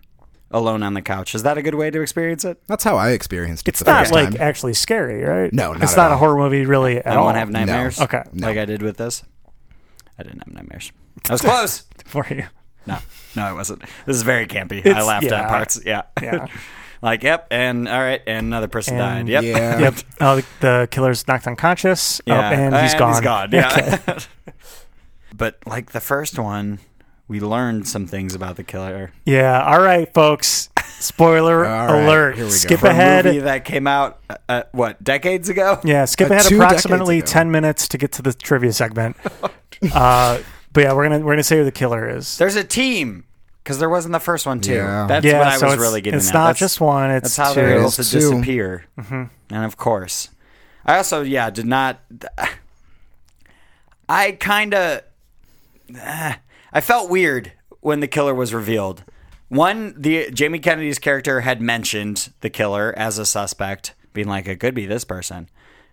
[SPEAKER 1] alone on the couch. Is that a good way to experience it?
[SPEAKER 3] That's how I experienced it.
[SPEAKER 2] It's
[SPEAKER 3] for the
[SPEAKER 2] not
[SPEAKER 3] first
[SPEAKER 2] like
[SPEAKER 3] time.
[SPEAKER 2] actually scary, right?
[SPEAKER 3] No, not
[SPEAKER 2] it's
[SPEAKER 3] at
[SPEAKER 2] not a
[SPEAKER 3] all.
[SPEAKER 2] horror movie really at
[SPEAKER 1] I
[SPEAKER 2] all.
[SPEAKER 1] won't have nightmares.
[SPEAKER 2] Okay.
[SPEAKER 1] like I did with this. I didn't have nightmares. I was close.
[SPEAKER 2] for you.
[SPEAKER 1] No, no, I wasn't. This is very campy. I
[SPEAKER 2] It's-
[SPEAKER 1] laughed
[SPEAKER 2] yeah.
[SPEAKER 1] at parts. Yeah,
[SPEAKER 2] Yeah.
[SPEAKER 1] like yep, and all right, and another person
[SPEAKER 2] And-
[SPEAKER 1] died. Yep,
[SPEAKER 3] Yeah.
[SPEAKER 2] yep. Oh, the, the killer's knocked unconscious. Oh,
[SPEAKER 1] Yeah.
[SPEAKER 2] and he's gone.
[SPEAKER 1] He's gone. Yeah. but like the first one, we learned some things about the killer.
[SPEAKER 2] Yeah. All right, folks. Spoiler
[SPEAKER 3] All right,
[SPEAKER 2] alert.
[SPEAKER 3] here we go.
[SPEAKER 2] Skip
[SPEAKER 3] For a
[SPEAKER 2] ahead.
[SPEAKER 1] movie that came out uh, uh, what decades ago.
[SPEAKER 2] Yeah, skip
[SPEAKER 3] Uh,
[SPEAKER 2] ahead
[SPEAKER 3] two
[SPEAKER 2] approximately
[SPEAKER 3] decades ago.
[SPEAKER 2] ten minutes to get to the trivia segment. uh, but yeah, we're gonna we're gonna say who the killer is.
[SPEAKER 1] There's a team because there wasn't the first one too.
[SPEAKER 3] Yeah.
[SPEAKER 1] That's
[SPEAKER 2] yeah,
[SPEAKER 1] what I
[SPEAKER 2] so
[SPEAKER 1] was
[SPEAKER 2] it's,
[SPEAKER 1] really getting.
[SPEAKER 2] it's
[SPEAKER 1] at.
[SPEAKER 2] not
[SPEAKER 1] That's-
[SPEAKER 2] just one. It's
[SPEAKER 1] That's how
[SPEAKER 2] two. Mm-hmm.
[SPEAKER 1] they're able
[SPEAKER 3] is
[SPEAKER 1] to
[SPEAKER 3] two.
[SPEAKER 1] disappear. And of course, I also yeah did not. I kind of I felt weird when the killer was revealed. One, the Jamie Kennedy's character had mentioned the killer as a suspect, being like it could be this person,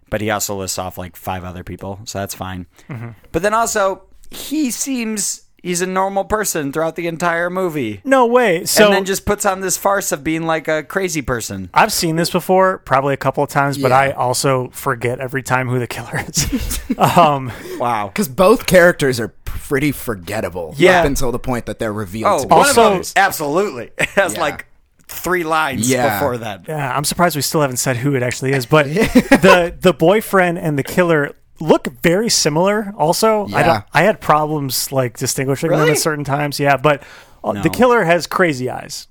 [SPEAKER 1] but he also lists off like five other people, so that's fine.
[SPEAKER 2] Mm-hmm.
[SPEAKER 1] But then also he seems. He's a normal person throughout the entire movie
[SPEAKER 2] No way. So
[SPEAKER 1] and then just puts on this farce of being like a crazy person.
[SPEAKER 2] I've seen this before, probably a couple of times, but
[SPEAKER 3] Yeah.
[SPEAKER 2] I also forget every time who the killer is. um,
[SPEAKER 1] Wow.
[SPEAKER 3] Because both characters are pretty forgettable
[SPEAKER 1] Yeah.
[SPEAKER 3] up until the point that they're revealed
[SPEAKER 1] Oh,
[SPEAKER 3] to be
[SPEAKER 1] one of
[SPEAKER 2] Also-
[SPEAKER 1] them absolutely It has
[SPEAKER 3] Yeah.
[SPEAKER 1] like three lines
[SPEAKER 3] Yeah.
[SPEAKER 1] before that.
[SPEAKER 2] yeah, Uh, I'm surprised we still haven't said who it actually is, but the the boyfriend and the killer look very similar. Also, I
[SPEAKER 3] Yeah.
[SPEAKER 2] don't. I had problems like distinguishing them
[SPEAKER 1] Really?
[SPEAKER 2] at certain times. Yeah, but uh, the
[SPEAKER 1] No.
[SPEAKER 2] killer has crazy eyes.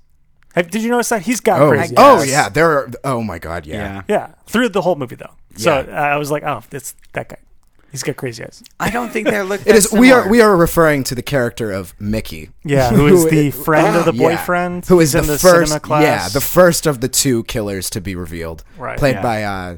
[SPEAKER 2] Have, did you notice that he's got
[SPEAKER 3] Oh,
[SPEAKER 2] crazy?
[SPEAKER 3] oh
[SPEAKER 2] eyes.
[SPEAKER 3] yeah, there are. Oh my god,
[SPEAKER 1] Yeah.
[SPEAKER 3] yeah.
[SPEAKER 2] yeah. Through the whole movie though, so
[SPEAKER 3] Yeah.
[SPEAKER 2] I was like, oh, it's that guy. He's got crazy eyes.
[SPEAKER 1] I don't think they look.
[SPEAKER 3] It is. We are we are referring to the character of Mickey.
[SPEAKER 2] Yeah, who is the friend of the
[SPEAKER 3] Yeah.
[SPEAKER 2] boyfriend?
[SPEAKER 3] Who
[SPEAKER 2] He's
[SPEAKER 3] is the,
[SPEAKER 2] in the cinema
[SPEAKER 3] first?
[SPEAKER 2] class.
[SPEAKER 3] Yeah, the first of the two killers to be revealed.
[SPEAKER 2] Right,
[SPEAKER 3] Played
[SPEAKER 2] yeah.
[SPEAKER 3] by uh,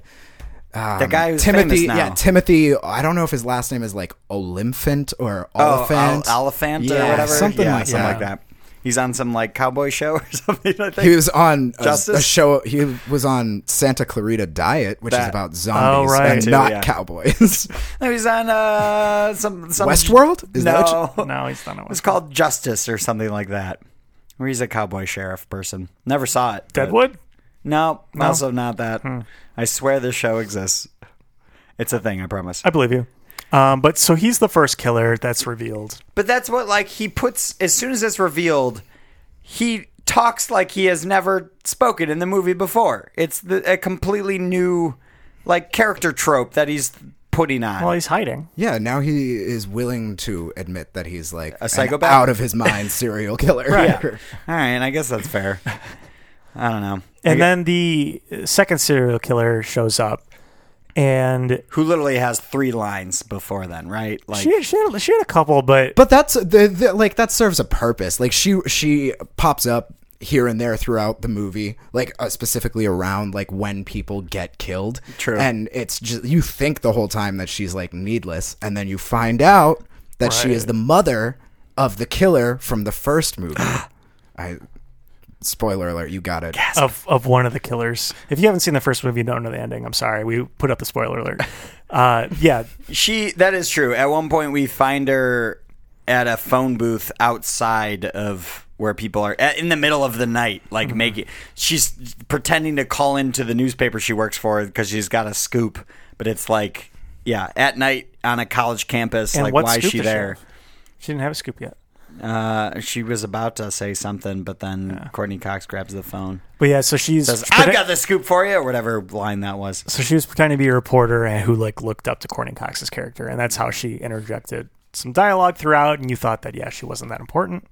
[SPEAKER 1] the guy who's
[SPEAKER 3] Timothy.
[SPEAKER 1] famous now.
[SPEAKER 3] Yeah, Timothy. I don't know if his last name is like Olymphant or
[SPEAKER 1] Oh,
[SPEAKER 3] Oliphant.
[SPEAKER 1] Ol- Oliphant
[SPEAKER 3] Yeah,
[SPEAKER 1] or whatever.
[SPEAKER 3] something
[SPEAKER 1] yeah,
[SPEAKER 3] like
[SPEAKER 1] something like
[SPEAKER 3] that.
[SPEAKER 1] that. He's on some like cowboy show or something. I think.
[SPEAKER 3] He was on a,
[SPEAKER 1] Justice?
[SPEAKER 3] a show. He was on Santa Clarita Diet, which is
[SPEAKER 1] That-
[SPEAKER 3] about zombies
[SPEAKER 2] Oh, right.
[SPEAKER 3] and
[SPEAKER 2] Too,
[SPEAKER 3] not
[SPEAKER 1] yeah.
[SPEAKER 3] cowboys.
[SPEAKER 1] No, he's on uh some some
[SPEAKER 3] Westworld? Is
[SPEAKER 1] no,
[SPEAKER 3] that
[SPEAKER 2] No, he's not. a
[SPEAKER 1] it's
[SPEAKER 2] Westworld.
[SPEAKER 1] called Justice or something like that. Where he's a cowboy sheriff person. Never saw it. but-
[SPEAKER 2] Deadwood.
[SPEAKER 1] No, also not that.
[SPEAKER 2] Hmm.
[SPEAKER 1] I swear this show exists. It's a thing, I promise.
[SPEAKER 2] I believe you. Um, but so he's the first killer that's revealed.
[SPEAKER 1] But that's what like he puts as soon as it's revealed, he talks like he has never spoken in the movie before. It's the, a completely new like character trope that he's putting on.
[SPEAKER 2] Well, he's hiding.
[SPEAKER 3] Yeah, now he is willing to admit that he's like a
[SPEAKER 1] psychopath?
[SPEAKER 3] out of his mind serial killer.
[SPEAKER 1] All right, I guess that's fair. I don't know.
[SPEAKER 2] And
[SPEAKER 1] I-
[SPEAKER 2] then the second serial killer shows up, and
[SPEAKER 1] who literally has three lines before then, right? Like
[SPEAKER 2] she, she, had, she had a couple, but,
[SPEAKER 3] But that's the, the like that serves a purpose. Like she she pops up here and there throughout the movie, like uh, specifically around like when people get killed.
[SPEAKER 1] True.
[SPEAKER 3] And it's just you think the whole time that she's like needless, and then you find out that she is the mother of the killer from the first movie. I Spoiler alert, you got it.
[SPEAKER 2] of of one of the killers. If you haven't seen the first movie, you don't know the ending. I'm sorry. We put up the spoiler alert. Uh, yeah,
[SPEAKER 1] She that is true. At one point we find her at a phone booth outside of where people are at- in the middle of the night like
[SPEAKER 2] Mm-hmm.
[SPEAKER 1] making she's pretending to call into the newspaper she works for because she's got a scoop, but it's like yeah, at night on a college campus
[SPEAKER 2] And
[SPEAKER 1] like
[SPEAKER 2] what
[SPEAKER 1] why is
[SPEAKER 2] scoop
[SPEAKER 1] she
[SPEAKER 2] does she
[SPEAKER 1] there?
[SPEAKER 2] she didn't have a scoop yet.
[SPEAKER 1] Uh, she was about to say something but then Courtney Cox grabs the phone.
[SPEAKER 2] But yeah, so she's
[SPEAKER 1] Says,
[SPEAKER 2] prete-
[SPEAKER 1] I've got the scoop for you or whatever line that was.
[SPEAKER 2] so she was pretending to be a reporter and who like looked up to Courtney Cox's character, and that's how she interjected some dialogue throughout. And you thought that yeah, she wasn't that important,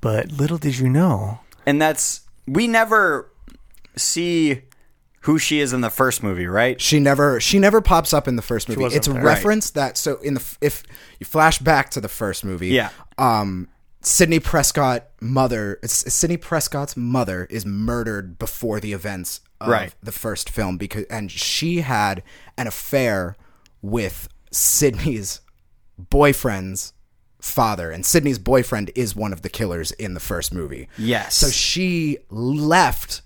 [SPEAKER 2] but little did you know.
[SPEAKER 1] And that's we never see who she is in the first movie, right?
[SPEAKER 3] She never she never pops up in the first movie.
[SPEAKER 2] wasn't
[SPEAKER 3] It's a
[SPEAKER 2] there.
[SPEAKER 3] reference that so in the f- if you flash back to the first movie,
[SPEAKER 1] Yeah.
[SPEAKER 3] Um, Sydney Prescott mother S- Sydney Prescott's mother is murdered before the events of
[SPEAKER 1] Right.
[SPEAKER 3] the first film because and she had an affair with Sydney's boyfriend's father and Sydney's boyfriend is one of the killers in the first movie.
[SPEAKER 1] Yes.
[SPEAKER 3] So she left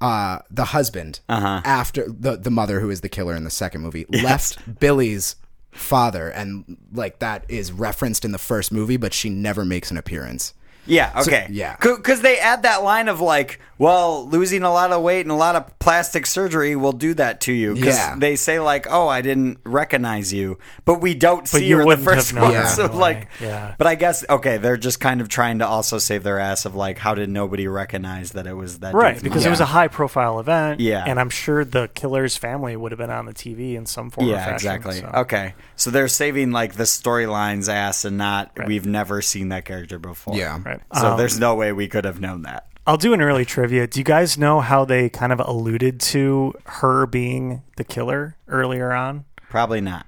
[SPEAKER 3] uh, the husband after the the mother who is the killer in the second movie left Billy's father and like that is referenced in the first movie but she never makes an appearance.
[SPEAKER 1] Yeah. Okay.
[SPEAKER 3] yeah.
[SPEAKER 1] Because they add that line of like, well, losing a lot of weight and a lot of plastic surgery will do that to you. 'Cause
[SPEAKER 3] Yeah.
[SPEAKER 1] They say like, oh, I didn't recognize you, but we don't see
[SPEAKER 2] you
[SPEAKER 1] her in
[SPEAKER 2] wouldn't
[SPEAKER 1] the
[SPEAKER 2] have
[SPEAKER 1] first
[SPEAKER 2] known
[SPEAKER 1] one.
[SPEAKER 3] her
[SPEAKER 1] So
[SPEAKER 2] anyway.
[SPEAKER 1] like,
[SPEAKER 2] Yeah.
[SPEAKER 1] But I guess okay, they're just kind of trying to also save their ass of like, how did nobody recognize that it was that
[SPEAKER 2] Right,
[SPEAKER 1] dude's
[SPEAKER 2] because it
[SPEAKER 1] mom?
[SPEAKER 2] was a high profile event.
[SPEAKER 1] Yeah.
[SPEAKER 2] And I'm sure the killer's family would have been on the TV in some form or
[SPEAKER 1] Yeah,
[SPEAKER 2] fashion.
[SPEAKER 1] exactly. Uh,
[SPEAKER 2] so.
[SPEAKER 1] Okay, so they're saving like the storyline's ass and not we've never seen that character before.
[SPEAKER 3] Yeah.
[SPEAKER 2] Right. Um,
[SPEAKER 1] So there's no way we could have known that.
[SPEAKER 2] I'll do an early trivia. Do you guys know how they kind of alluded to her being the killer earlier on?
[SPEAKER 1] Probably not.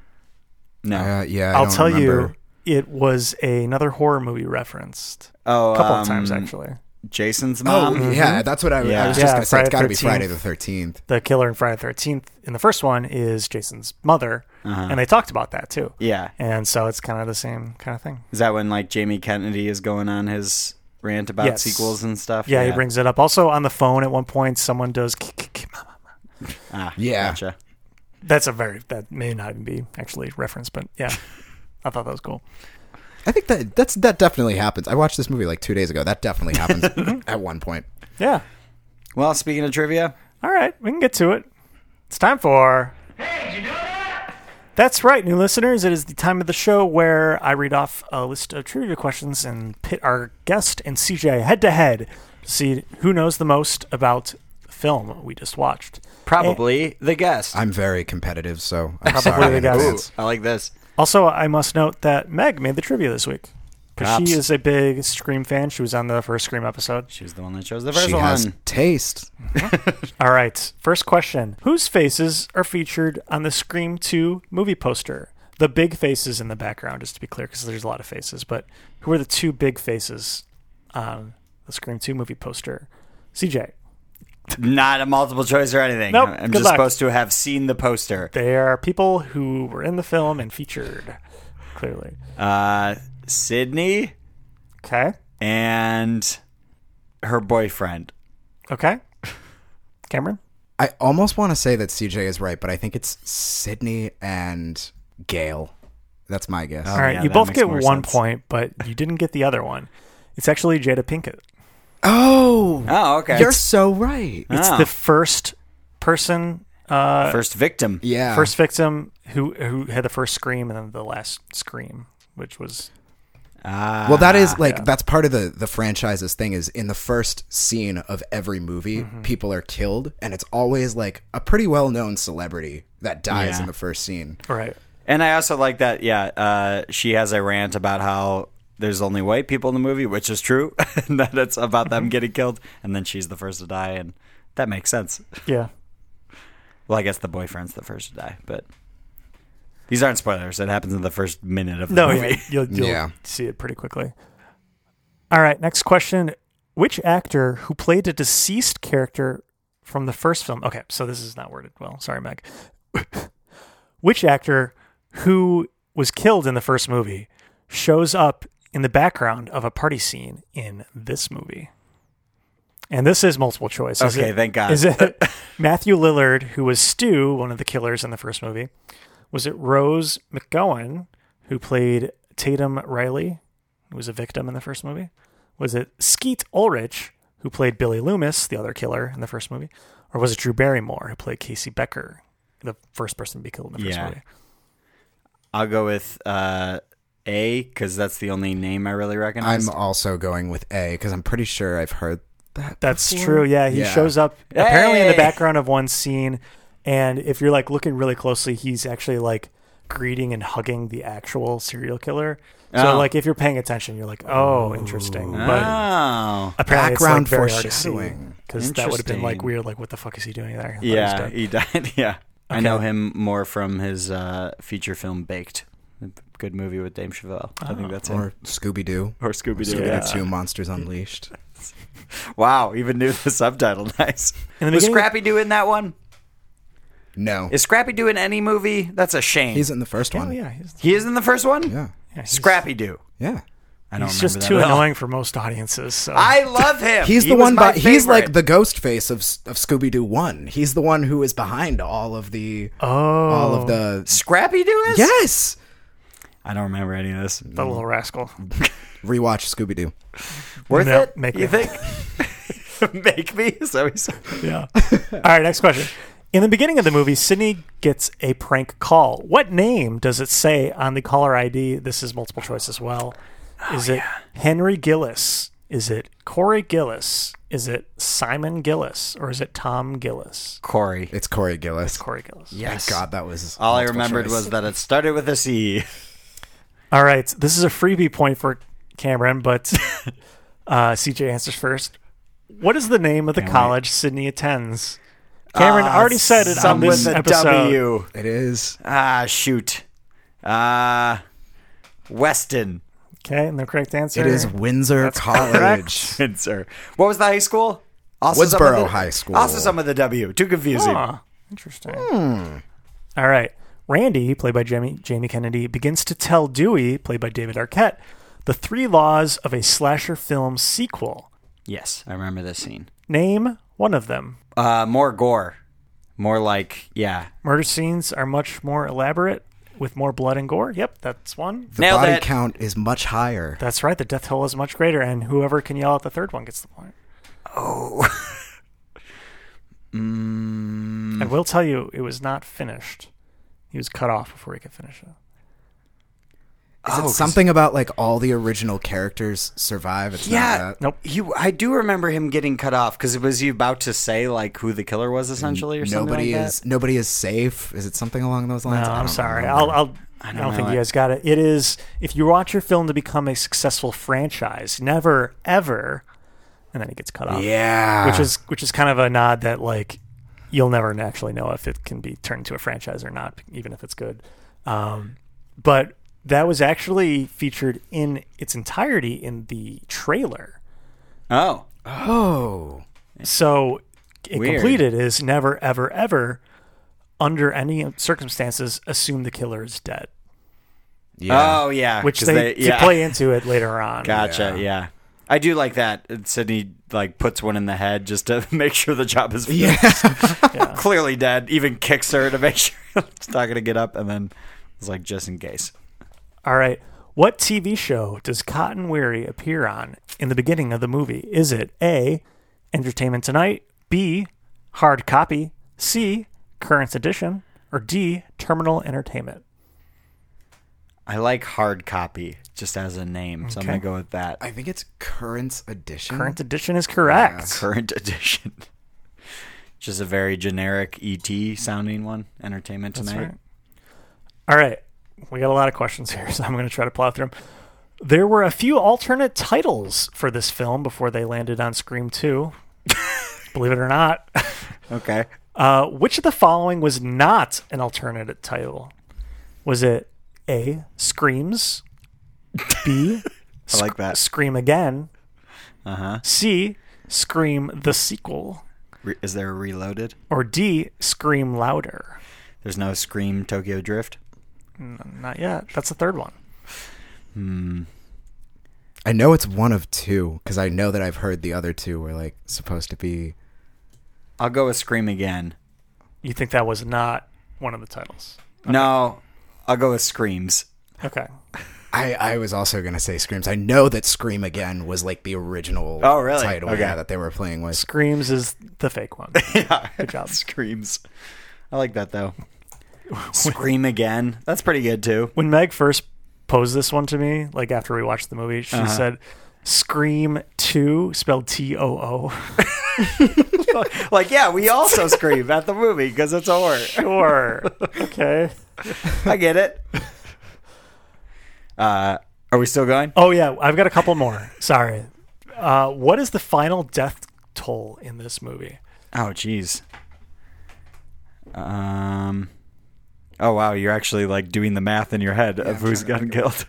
[SPEAKER 1] No.
[SPEAKER 3] Uh, yeah, I
[SPEAKER 2] I'll
[SPEAKER 3] don't
[SPEAKER 2] tell
[SPEAKER 3] remember.
[SPEAKER 2] you, it was another horror movie referenced
[SPEAKER 1] oh,
[SPEAKER 2] a couple
[SPEAKER 1] um,
[SPEAKER 2] of times actually.
[SPEAKER 1] Jason's
[SPEAKER 3] Oh,
[SPEAKER 1] mom.
[SPEAKER 3] yeah, that's what I, I
[SPEAKER 1] mm-hmm. Yeah.
[SPEAKER 3] was just
[SPEAKER 2] Yeah,
[SPEAKER 3] going to say. It's got to
[SPEAKER 2] Friday
[SPEAKER 3] be
[SPEAKER 2] 13th.
[SPEAKER 3] Friday the 13th.
[SPEAKER 2] The killer in Friday the Thirteenth in the first one is Jason's mother, and they talked about that too.
[SPEAKER 1] Uh-huh. Yeah.
[SPEAKER 2] And so it's kind of the same kind of thing.
[SPEAKER 1] Is that when like Jamie Kennedy is going on his rant about
[SPEAKER 2] Yes.
[SPEAKER 1] sequels and stuff?
[SPEAKER 2] Yeah, he brings it up. Also on the phone at one point, someone does. "K- k- k- mama."
[SPEAKER 1] Ah,
[SPEAKER 3] Yeah.
[SPEAKER 1] Gotcha.
[SPEAKER 2] That's a very that may not even be actually referenced, but yeah, I thought that was cool.
[SPEAKER 3] I think that that's that definitely happens. I watched this movie like 2 days ago. That definitely happens at one point.
[SPEAKER 2] Yeah.
[SPEAKER 1] Well, speaking of trivia,
[SPEAKER 2] All right, we can get to it. It's time for. That's right, new listeners. It is the time of the show where I read off a list of trivia questions and pit our guest and CJ head to head to see who knows the most about the film we just watched.
[SPEAKER 1] probably the guest.
[SPEAKER 3] I'm very competitive, so I'm
[SPEAKER 2] Probably
[SPEAKER 3] sorry.
[SPEAKER 2] the
[SPEAKER 3] in
[SPEAKER 2] guest.
[SPEAKER 3] advance.
[SPEAKER 1] I like this.
[SPEAKER 2] Also, I must note that Meg made the trivia this week because
[SPEAKER 1] Props.
[SPEAKER 2] she is a big Scream fan. She was on the first Scream episode.
[SPEAKER 1] She was the one that chose the first
[SPEAKER 3] She
[SPEAKER 1] one.
[SPEAKER 3] has taste.
[SPEAKER 2] All right, first question. Whose faces are featured on the Scream 2 movie poster? The big faces in the background, just to be clear, because there's a lot of faces, but who are the two big faces on the Scream 2 movie poster? CJ.
[SPEAKER 1] Not a multiple choice or anything.
[SPEAKER 2] Nope,
[SPEAKER 1] I'm
[SPEAKER 2] good
[SPEAKER 1] just
[SPEAKER 2] luck.
[SPEAKER 1] supposed to have seen the poster.
[SPEAKER 2] They are people who were in the film and featured, clearly.
[SPEAKER 1] Uh, Sydney
[SPEAKER 2] Okay.
[SPEAKER 1] and her boyfriend.
[SPEAKER 2] Okay. Cameron?
[SPEAKER 3] I almost want to say that CJ is right, but I think it's Sydney and Gail. That's my guess.
[SPEAKER 2] All right,
[SPEAKER 1] Oh, yeah,
[SPEAKER 2] you
[SPEAKER 1] that
[SPEAKER 2] both
[SPEAKER 1] makes
[SPEAKER 2] get
[SPEAKER 1] more
[SPEAKER 2] one
[SPEAKER 1] sense.
[SPEAKER 2] point, but you didn't get the other one. It's actually Jada Pinkett.
[SPEAKER 3] Oh,
[SPEAKER 1] Oh, okay.
[SPEAKER 3] you're so right.
[SPEAKER 2] It's
[SPEAKER 1] Oh.
[SPEAKER 2] the first person
[SPEAKER 1] first victim.
[SPEAKER 3] Yeah.
[SPEAKER 2] first victim who who had the first scream and then the last scream, which was
[SPEAKER 3] Well, that
[SPEAKER 1] Ah,
[SPEAKER 3] is like that's part of the the franchise's thing is in the first scene of every movie,
[SPEAKER 1] Mm-hmm.
[SPEAKER 3] people are killed, and it's always like a pretty well known celebrity that dies
[SPEAKER 1] Yeah.
[SPEAKER 3] in the first scene.
[SPEAKER 2] right.
[SPEAKER 1] And I also like that, yeah, uh, she has a rant about how there's only white people in the movie, which is true, and that it's about
[SPEAKER 2] Mm-hmm.
[SPEAKER 1] them getting killed, and then she's the first to die, and that makes sense.
[SPEAKER 2] Yeah.
[SPEAKER 1] Well, I guess the boyfriend's the first to die, but these aren't spoilers. It happens in the first minute of the
[SPEAKER 2] No,
[SPEAKER 1] movie.
[SPEAKER 2] yeah, you'll, you'll
[SPEAKER 3] Yeah.
[SPEAKER 2] see it pretty quickly. All right, next question. Which actor who played a deceased character from the first film? Okay, so this is not worded well. Sorry, Meg. Which actor who was killed in the first movie shows up in the background of a party scene in this movie? And this is multiple choice. Is
[SPEAKER 1] Okay,
[SPEAKER 2] it-
[SPEAKER 1] thank God.
[SPEAKER 2] Is it Matthew Lillard, who was Stu, one of the killers in the first movie? Was it Rose McGowan, who played Tatum Riley, who was a victim in the first movie? Was it Skeet Ulrich, who played Billy Loomis, the other killer in the first movie? Or was it Drew Barrymore, who played Casey Becker, the first person to be killed in the first
[SPEAKER 1] Yeah.
[SPEAKER 2] movie?
[SPEAKER 1] I'll go with uh, A because that's the only name I really recognize.
[SPEAKER 3] I'm also going with A because I'm pretty sure I've heard that.
[SPEAKER 2] That's true. Yeah, he
[SPEAKER 3] Yeah.
[SPEAKER 2] shows up apparently in the
[SPEAKER 1] Hey!
[SPEAKER 2] background of one scene, and if you're like looking really closely, he's actually like greeting and hugging the actual serial killer. So
[SPEAKER 1] Oh.
[SPEAKER 2] like if you're paying attention, you're like, oh, interesting. But
[SPEAKER 1] oh,
[SPEAKER 2] apparently
[SPEAKER 3] Background
[SPEAKER 2] it's like very hard to
[SPEAKER 3] foreshadowing.
[SPEAKER 2] because that would have been like
[SPEAKER 1] Interesting.
[SPEAKER 2] weird. Like what the fuck is he doing there? I thought he was
[SPEAKER 1] yeah,
[SPEAKER 2] dead.
[SPEAKER 1] he died. yeah, I know
[SPEAKER 2] Okay.
[SPEAKER 1] him more from his uh, feature film Baked, a good movie with Dame Chevelle. I
[SPEAKER 2] Oh,
[SPEAKER 1] think that's
[SPEAKER 3] Or
[SPEAKER 1] it.
[SPEAKER 3] Scooby Doo.
[SPEAKER 1] Or Scooby Doo.
[SPEAKER 3] Scooby Doo
[SPEAKER 1] Yeah.
[SPEAKER 3] 2 Monsters Unleashed.
[SPEAKER 1] Wow, even knew the subtitle. Nice.
[SPEAKER 2] In the
[SPEAKER 1] Was
[SPEAKER 2] beginning-
[SPEAKER 1] Scrappy Doo in that one?
[SPEAKER 3] No.
[SPEAKER 1] Is Scrappy Doo in any movie? That's a shame.
[SPEAKER 3] He's in the first
[SPEAKER 2] Oh
[SPEAKER 3] one.
[SPEAKER 2] yeah, he's,
[SPEAKER 1] he is in the first one.
[SPEAKER 3] Yeah.
[SPEAKER 2] yeah, he's-
[SPEAKER 1] Scrappy Doo.
[SPEAKER 3] Yeah.
[SPEAKER 1] I don't remember
[SPEAKER 2] He's
[SPEAKER 1] that
[SPEAKER 2] just too
[SPEAKER 1] at all.
[SPEAKER 2] annoying for most audiences. So.
[SPEAKER 1] I love him.
[SPEAKER 3] He's
[SPEAKER 1] He
[SPEAKER 3] the
[SPEAKER 1] was
[SPEAKER 3] one,
[SPEAKER 1] my
[SPEAKER 3] but he's like
[SPEAKER 1] favorite.
[SPEAKER 3] the ghost face of of Scooby Doo One. He's the one who is behind all of the
[SPEAKER 2] Oh,
[SPEAKER 3] all of
[SPEAKER 1] Oh.
[SPEAKER 3] the
[SPEAKER 1] Scrappy Doo is.
[SPEAKER 3] yes.
[SPEAKER 1] I don't remember any of this.
[SPEAKER 2] the little rascal.
[SPEAKER 3] Rewatch Scooby Doo.
[SPEAKER 1] Worth
[SPEAKER 2] No,
[SPEAKER 1] it?
[SPEAKER 2] make
[SPEAKER 1] you
[SPEAKER 2] me.
[SPEAKER 1] think? make me? Is that what you said?
[SPEAKER 2] Yeah. All right, next question. In the beginning of the movie, Sydney gets a prank call. What name does it say on the caller ID? This is multiple choice as well.
[SPEAKER 1] Oh,
[SPEAKER 2] Is it Henry Gillis? Is it Corey Gillis? Is it Simon Gillis? Or is it Tom Gillis?
[SPEAKER 1] Corey.
[SPEAKER 3] It's Corey Gillis.
[SPEAKER 2] Corey Gillis.
[SPEAKER 1] Yes.
[SPEAKER 3] God, that was
[SPEAKER 1] All I
[SPEAKER 3] multiple
[SPEAKER 1] remembered
[SPEAKER 3] choice.
[SPEAKER 1] was that it started with a C.
[SPEAKER 2] All right. This is a freebie point for Cameron, but uh, CJ answers first. What is the name of the college Sydney attends? Cameron already said it on
[SPEAKER 1] Uh, Some
[SPEAKER 2] this
[SPEAKER 1] with a
[SPEAKER 2] episode.
[SPEAKER 1] W.
[SPEAKER 3] it is
[SPEAKER 1] Ah, shoot. Uh, Weston.
[SPEAKER 2] Okay, and the correct answer
[SPEAKER 3] it is Windsor College.
[SPEAKER 1] Spencer. What was the high school? Also some
[SPEAKER 3] Woodsboro
[SPEAKER 1] of the-
[SPEAKER 3] High School.
[SPEAKER 1] Also some of the W. Too confusing.
[SPEAKER 2] Huh. Interesting.
[SPEAKER 1] Hmm.
[SPEAKER 2] All right. Randy, played by Jamie, Jamie Kennedy, begins to tell Dewey, played by David Arquette, the three laws of a slasher film sequel.
[SPEAKER 1] Yes, I remember this scene.
[SPEAKER 2] Name one of them.
[SPEAKER 1] Uh, more gore. More like, yeah.
[SPEAKER 2] Murder scenes are much more elaborate with more blood and gore. Yep, that's one.
[SPEAKER 3] The
[SPEAKER 1] Nailed
[SPEAKER 3] body
[SPEAKER 1] it.
[SPEAKER 3] count is much higher.
[SPEAKER 2] That's right. The death toll is much greater, and whoever can yell out the third one gets the point. Oh. I will tell you, it was not finished. He was cut off before he could finish it.
[SPEAKER 3] Is it something about like all the original characters survive? It's
[SPEAKER 1] Yeah.
[SPEAKER 3] not that.
[SPEAKER 2] Nope.
[SPEAKER 1] You, I do remember him getting cut off because it was you about to say like who the killer was essentially or something
[SPEAKER 3] Nobody
[SPEAKER 1] like
[SPEAKER 3] is nobody is safe. Is it something along those lines?
[SPEAKER 2] No,
[SPEAKER 3] I
[SPEAKER 2] I'm
[SPEAKER 3] don't
[SPEAKER 2] sorry.
[SPEAKER 3] remember.
[SPEAKER 2] I'll, I'll, I don't,
[SPEAKER 1] know
[SPEAKER 2] think
[SPEAKER 1] it.
[SPEAKER 2] you guys got it. It is if you want your film to become a successful franchise, never ever, and then it gets cut off.
[SPEAKER 3] yeah,
[SPEAKER 2] which is which is kind of a nod that like you'll never actually know if it can be turned into a franchise or not, even if it's good. Um, but that was actually featured in its entirety in the trailer.
[SPEAKER 1] that. Oh.
[SPEAKER 3] oh
[SPEAKER 2] So it
[SPEAKER 1] Weird.
[SPEAKER 2] completed is never ever ever under any circumstances assume the killer is dead.
[SPEAKER 3] yeah.
[SPEAKER 1] Oh yeah.
[SPEAKER 2] which
[SPEAKER 1] 'cause
[SPEAKER 2] they,
[SPEAKER 1] yeah.
[SPEAKER 2] to play into it later on.
[SPEAKER 1] Gotcha. Yeah. I do like that. uh, Sydney like puts one in the head just to make sure the job is finished. clearly dead. Even kicks her to make sure it's not gonna get up, and then it's like just in case.
[SPEAKER 2] All right. What TV show does Cotton Weary appear on in the beginning of the movie? Is it A, Entertainment Tonight, B, Hard Copy, C, Current Edition, or D, Terminal Entertainment?
[SPEAKER 1] I like hard copy just as a name, so I'm gonna go with that.
[SPEAKER 3] I think it's Current Edition.
[SPEAKER 2] Current Edition is correct.
[SPEAKER 1] Current edition. Just a very generic ET sounding one. Entertainment
[SPEAKER 2] That's
[SPEAKER 1] tonight.
[SPEAKER 2] right. All right. We got a lot of questions here, so I'm going to try to plow through them. There were a few alternate titles for this film before they landed on Scream 2. Believe it or not.
[SPEAKER 1] Okay.
[SPEAKER 2] Uh, which of the following was not an alternate title? Was it A. Screams, B.
[SPEAKER 1] I like that.
[SPEAKER 2] Scream Again, uh-huh. C. Scream the sequel,
[SPEAKER 1] Re- is there a reloaded?
[SPEAKER 2] or D. Scream Louder?
[SPEAKER 1] There's no Scream Tokyo Drift.
[SPEAKER 2] Not yet. That's the third one.
[SPEAKER 3] I know it's one of two because I know that I've heard the other two were like supposed to be.
[SPEAKER 1] I'll go with Scream again.
[SPEAKER 2] You think that was not one of the titles?
[SPEAKER 1] No, I'll go with Screams.
[SPEAKER 2] Okay.
[SPEAKER 3] I, I was also gonna say Screams. I know that Scream Again was like the original
[SPEAKER 1] Oh, really?
[SPEAKER 3] title
[SPEAKER 1] Okay.
[SPEAKER 3] yeah, that they were playing with.
[SPEAKER 2] Screams is the fake one. Good job.
[SPEAKER 1] Screams. I like that though. Scream again. That's pretty good too.
[SPEAKER 2] When Meg first posed this one to me, like after we watched the movie, she said, Scream 2, spelled T O O.
[SPEAKER 1] Like, yeah, we also scream at the movie because it's horror.
[SPEAKER 2] Sure. okay.
[SPEAKER 1] I get it. Uh, are we still going?
[SPEAKER 2] Oh, yeah. I've got a couple more. Sorry. Uh, what is the final death toll in this movie?
[SPEAKER 1] Oh, jeez. Um. Oh wow, you're actually like doing the math in your head of who's gotten killed,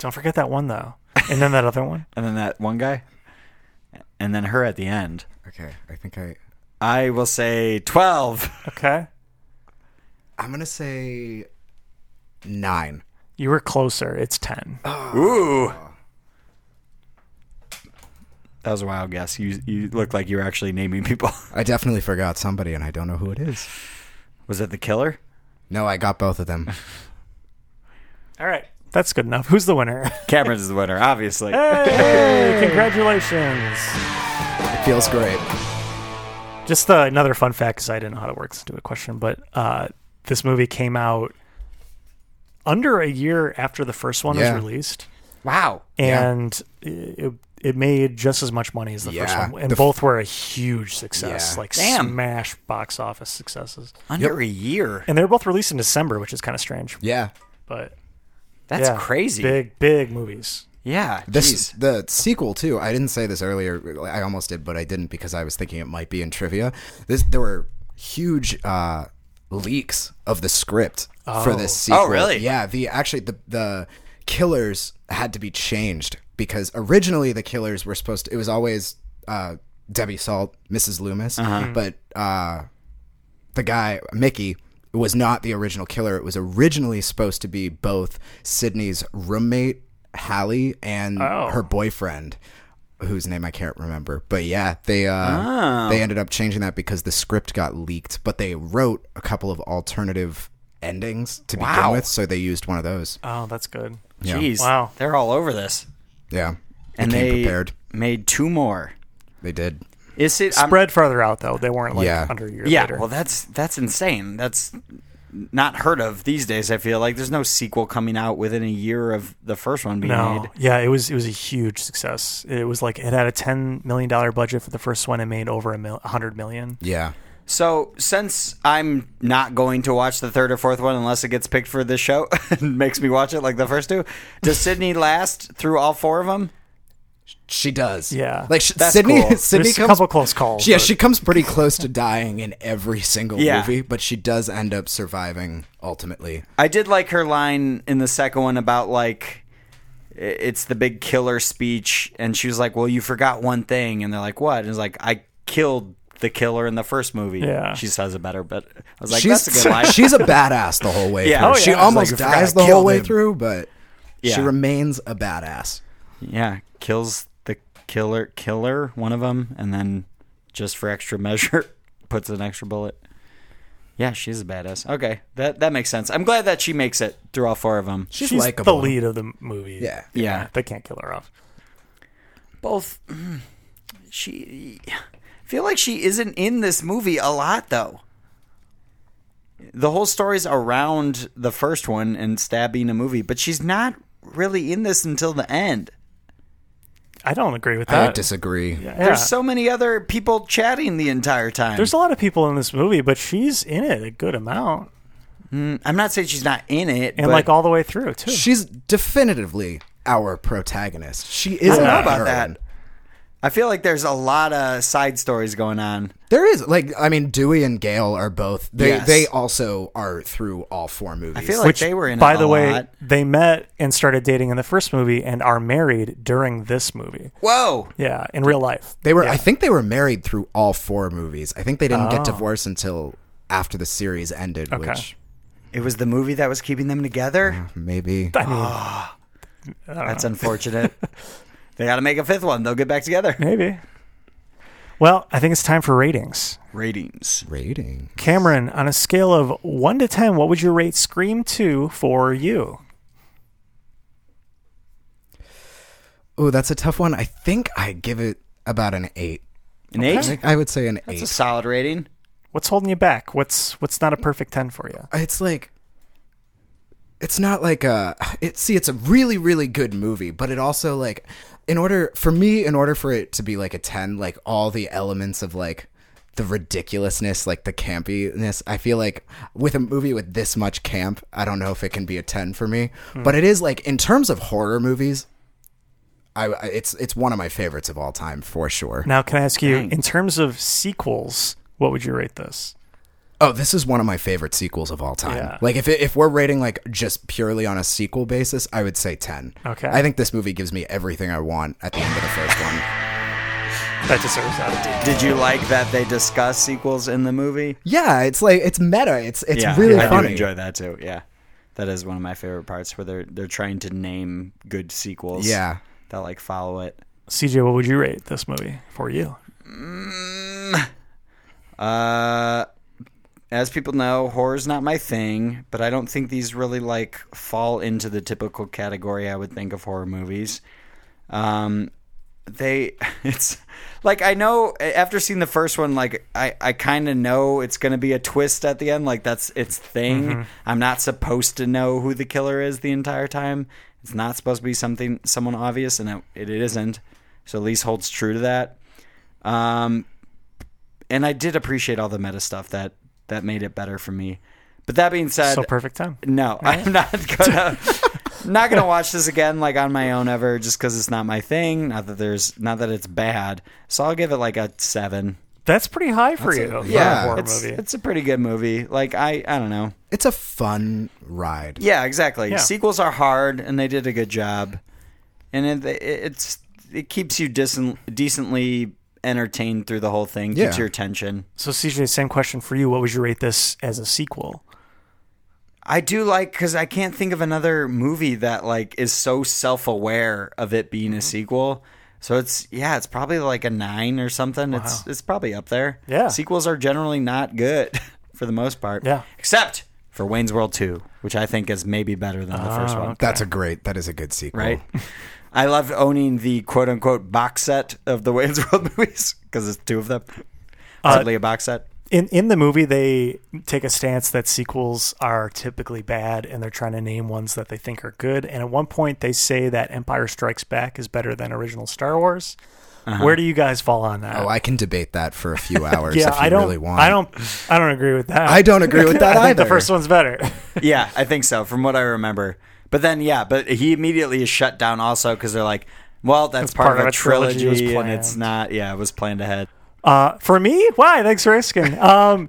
[SPEAKER 2] Don't forget that one, though. And then that other one.
[SPEAKER 1] and then that one guy, and then her at the end.
[SPEAKER 3] Okay, I think I
[SPEAKER 1] I will say twelve.
[SPEAKER 2] Okay.
[SPEAKER 3] I'm gonna say nine.
[SPEAKER 2] You were closer. It's 10.
[SPEAKER 1] Ooh. That was a wild guess. You you look like you were actually naming people.
[SPEAKER 3] I definitely forgot somebody, and I don't know who it is.
[SPEAKER 1] Was it the killer?
[SPEAKER 3] No, I got both of them.
[SPEAKER 2] All right. That's good enough. Who's the winner?
[SPEAKER 1] Cameron's the winner, obviously.
[SPEAKER 2] Hey, congratulations.
[SPEAKER 3] It feels great.
[SPEAKER 2] Just uh, another fun fact because I didn't know how to work this into a question, but uh, this movie came out under a year after the first one
[SPEAKER 3] Yeah.
[SPEAKER 2] was released,
[SPEAKER 1] Wow.
[SPEAKER 2] and it, it made just as much money as the
[SPEAKER 3] Yeah.
[SPEAKER 2] first one, and
[SPEAKER 3] The f-
[SPEAKER 2] both were a huge success,
[SPEAKER 3] Yeah.
[SPEAKER 2] like
[SPEAKER 1] Damn.
[SPEAKER 2] smash box office successes.
[SPEAKER 1] Under a year.
[SPEAKER 2] And they were both released in December, which is kind of strange,
[SPEAKER 3] Yeah,
[SPEAKER 2] but
[SPEAKER 1] That's
[SPEAKER 2] yeah,
[SPEAKER 1] crazy.
[SPEAKER 2] Big big movies.
[SPEAKER 1] Yeah.
[SPEAKER 3] this
[SPEAKER 1] jeez.
[SPEAKER 3] the sequel too. I didn't say this earlier. I almost did, but I didn't because I was thinking it might be in trivia. This there were huge uh, leaks of the script for this sequel.
[SPEAKER 1] Oh, really?
[SPEAKER 3] Yeah. The actually the the killers had to be changed because originally the killers were supposed to. It was always uh, Debbie Salt, Mrs. Loomis,
[SPEAKER 1] Uh-huh.
[SPEAKER 3] but. Uh, the guy Mickey was not the original killer. It was originally supposed to be both Sydney's roommate Hallie and
[SPEAKER 1] Oh.
[SPEAKER 3] her boyfriend, whose name I can't remember. But yeah, they
[SPEAKER 1] Ah.
[SPEAKER 3] uh, they ended up changing that because the script got leaked. But they wrote a couple of alternative endings to begin with, so they used one of those.
[SPEAKER 2] Oh, that's good.
[SPEAKER 3] Yeah.
[SPEAKER 1] Jeez.
[SPEAKER 2] Wow.
[SPEAKER 1] They're all over this.
[SPEAKER 3] Yeah,
[SPEAKER 1] And
[SPEAKER 3] came
[SPEAKER 1] they
[SPEAKER 3] prepared.
[SPEAKER 1] made two more.
[SPEAKER 3] They did.
[SPEAKER 1] Is it I'm-
[SPEAKER 2] Spread further out though; they weren't like
[SPEAKER 3] Yeah.
[SPEAKER 2] under a year
[SPEAKER 1] Yeah.
[SPEAKER 2] later.
[SPEAKER 1] Well, that's that's insane. That's not heard of these days. I feel like there's no sequel coming out within a year of the first one being made.
[SPEAKER 2] Yeah, it was it was a huge success. It was like it had a ten million dollar budget for the first one and made over a mil- hundred million.
[SPEAKER 3] Yeah,
[SPEAKER 1] So, since I'm not going to watch the third or fourth one unless it gets picked for this show and makes me watch it like the first two, does Sydney last through all four of them?
[SPEAKER 3] she does.
[SPEAKER 2] Yeah.
[SPEAKER 3] like sh-
[SPEAKER 1] That's
[SPEAKER 3] Sydney.
[SPEAKER 1] cool.
[SPEAKER 3] Sydney
[SPEAKER 2] There's a
[SPEAKER 3] comes
[SPEAKER 2] couple close calls.
[SPEAKER 3] Yeah,
[SPEAKER 2] but
[SPEAKER 3] she comes pretty close to dying in every single
[SPEAKER 1] Yeah.
[SPEAKER 3] movie, but she does end up surviving ultimately.
[SPEAKER 1] I did like her line in the second one about like i- it's the big killer speech, and she was like, "Well, you forgot one thing," and they're like, "What?" And it's like, "I killed." The killer in the first movie.
[SPEAKER 2] Yeah.
[SPEAKER 1] she says it better, but I was like,
[SPEAKER 3] she's
[SPEAKER 1] "That's a good line."
[SPEAKER 3] she's a badass the whole way
[SPEAKER 1] Yeah.
[SPEAKER 3] through.
[SPEAKER 1] Oh,
[SPEAKER 3] She
[SPEAKER 1] yeah.
[SPEAKER 3] almost
[SPEAKER 1] Like, I forgot
[SPEAKER 3] dies
[SPEAKER 1] I
[SPEAKER 3] the whole
[SPEAKER 1] killed
[SPEAKER 3] way
[SPEAKER 1] him.
[SPEAKER 3] through, but
[SPEAKER 1] Yeah.
[SPEAKER 3] she remains a badass.
[SPEAKER 1] Yeah, kills the killer, killer one of them, and then just for extra measure, puts an extra bullet. Yeah, she's a badass. Okay, that that makes sense. I'm glad that she makes it through all four of them.
[SPEAKER 3] She's,
[SPEAKER 2] she's
[SPEAKER 3] likable.
[SPEAKER 2] the lead of the movie.
[SPEAKER 3] Yeah.
[SPEAKER 1] Yeah.
[SPEAKER 2] they can't kill her off.
[SPEAKER 1] Both. mm, She. I feel like she isn't in this movie a lot though. The whole story's around the first one and stabbing a movie, but she's not really in this until the end.
[SPEAKER 2] I don't agree with
[SPEAKER 3] I
[SPEAKER 2] that.
[SPEAKER 3] disagree. Yeah.
[SPEAKER 2] Yeah.
[SPEAKER 1] There's so many other people chatting the entire time.
[SPEAKER 2] There's a lot of people in this movie, but she's in it a good amount
[SPEAKER 1] I'm not saying she's not in it,
[SPEAKER 2] and
[SPEAKER 1] but
[SPEAKER 2] like all the way through too.
[SPEAKER 3] She's definitively our protagonist. She is
[SPEAKER 1] I don't
[SPEAKER 3] our
[SPEAKER 1] know about
[SPEAKER 3] heroine.
[SPEAKER 1] that. I feel like there's a lot of side stories going on.
[SPEAKER 3] There is like I mean Dewey and Gale are both they
[SPEAKER 1] Yes.
[SPEAKER 3] they also are through all four movies.
[SPEAKER 1] I feel like they were in.
[SPEAKER 2] By
[SPEAKER 1] it
[SPEAKER 2] the
[SPEAKER 1] a
[SPEAKER 2] way,
[SPEAKER 1] lot.
[SPEAKER 2] they met and started dating in the first movie and are married during this movie.
[SPEAKER 1] whoa,
[SPEAKER 2] Yeah, in real life.
[SPEAKER 3] They were. I think they were married through all four movies. I think they didn't get divorced until after the series ended, which
[SPEAKER 1] it was the movie that was keeping them together.
[SPEAKER 3] maybe
[SPEAKER 2] I mean,
[SPEAKER 1] That's unfortunate. They got to make a fifth one. They'll get back together.
[SPEAKER 2] Maybe. Well, I think it's time for ratings.
[SPEAKER 1] Ratings.
[SPEAKER 3] Rating.
[SPEAKER 2] Cameron, on a scale of 1 to 10, what would you rate Scream 2 for you?
[SPEAKER 3] Oh, that's a tough one. I think I give it about an eight.
[SPEAKER 1] An
[SPEAKER 3] I
[SPEAKER 1] eight.
[SPEAKER 3] think I would say an
[SPEAKER 1] It's a
[SPEAKER 3] eight.
[SPEAKER 1] solid rating.
[SPEAKER 2] What's holding you back? What's what's not a perfect 10 for you?
[SPEAKER 3] it's like it's not like a it see it's a really really good movie but it also like in order for me in order for it to be like a 10 like all the elements of like the ridiculousness like the campiness i feel like with a movie with this much camp i don't know if it can be a 10 for me but it is like in terms of horror movies I, I- it's it's one of my favorites of all time for sure.
[SPEAKER 2] Now, can I ask you, in terms of sequels, what would you rate this?
[SPEAKER 3] Oh, this is one of my favorite sequels of all time.
[SPEAKER 2] Yeah.
[SPEAKER 3] Like if it, if we're rating like just purely on a sequel basis, I would say 10.
[SPEAKER 2] Okay.
[SPEAKER 3] I think this movie gives me everything I want at the end of the first one.
[SPEAKER 2] That deserves that.
[SPEAKER 1] Did you like that they discuss sequels in the movie?
[SPEAKER 3] Yeah, it's like it's meta. It's it's
[SPEAKER 1] yeah,
[SPEAKER 3] really
[SPEAKER 1] I
[SPEAKER 3] funny.
[SPEAKER 1] do enjoy that too. Yeah, that is one of my favorite parts where they're they're trying to name good sequels.
[SPEAKER 3] Yeah.
[SPEAKER 1] that like follow it.
[SPEAKER 2] CJ, what would you rate this movie for you?
[SPEAKER 1] Uh, as people know, horror's not my thing, but I don't think these really like fall into the typical category I would think of horror movies. Um, they, it's like I know after seeing the first one, like I, I kind of know it's gonna be a twist at the end. Like that's its thing. I'm not supposed to know who the killer is the entire time. It's not supposed to be something someone obvious, and it, it isn't. So at least holds true to that. Um, and I did appreciate all the meta stuff that that made it better for me. But that being said,
[SPEAKER 2] So perfect 10.
[SPEAKER 1] no, I'm not gonna not gonna watch this again like on my own ever, just because it's not my thing. Not that there's not that it's bad, so I'll give it like a seven.
[SPEAKER 2] That's pretty high for you. for
[SPEAKER 3] yeah,
[SPEAKER 2] a horror
[SPEAKER 1] it's
[SPEAKER 2] movie.
[SPEAKER 1] it's a pretty good movie. Like I I don't know.
[SPEAKER 3] It's a fun ride.
[SPEAKER 1] Yeah, exactly.
[SPEAKER 2] Yeah.
[SPEAKER 1] Sequels are hard, and they did a good job, and it, it's it keeps you decent, decently entertained through the whole thing. Keeps
[SPEAKER 3] Yeah.
[SPEAKER 1] your attention.
[SPEAKER 2] so, CJ, same question for you. What would you rate this as a sequel?
[SPEAKER 1] I do like because I can't think of another movie that like is so self-aware of it being
[SPEAKER 2] Mm-hmm.
[SPEAKER 1] a sequel. So it's yeah, it's probably like a nine or something. It's it's probably up there.
[SPEAKER 2] Yeah.
[SPEAKER 1] sequels are generally not good for the most part.
[SPEAKER 2] Yeah.
[SPEAKER 1] except for Wayne's World Two, which I think is maybe better than the
[SPEAKER 2] Ah,
[SPEAKER 1] first one.
[SPEAKER 3] That's a great. That is a good sequel.
[SPEAKER 1] Right. I loved owning the quote unquote box set of the Wayne's World movies because it's two of them.
[SPEAKER 2] Uh,
[SPEAKER 1] Oddly, a box set.
[SPEAKER 2] in in the movie they take a stance that sequels are typically bad and they're trying to name ones that they think are good and at one point they say that empire strikes back is better than original star wars where do you guys fall on that
[SPEAKER 3] Uh-huh. Oh, I can debate that for a few hours
[SPEAKER 2] yeah
[SPEAKER 3] if you
[SPEAKER 2] i don't
[SPEAKER 3] really want.
[SPEAKER 2] i don't i don't agree with that
[SPEAKER 3] I don't agree with that
[SPEAKER 2] I think
[SPEAKER 3] either.
[SPEAKER 2] the first one's better
[SPEAKER 1] Yeah, I think so, from what I remember. But then, yeah, but he immediately is shut down also because they're like, well, that's part, of a trilogy,
[SPEAKER 2] it was
[SPEAKER 1] and it's
[SPEAKER 2] planned.
[SPEAKER 1] not, yeah, it was planned ahead.
[SPEAKER 2] Uh, for me, why? Thanks for asking. Um,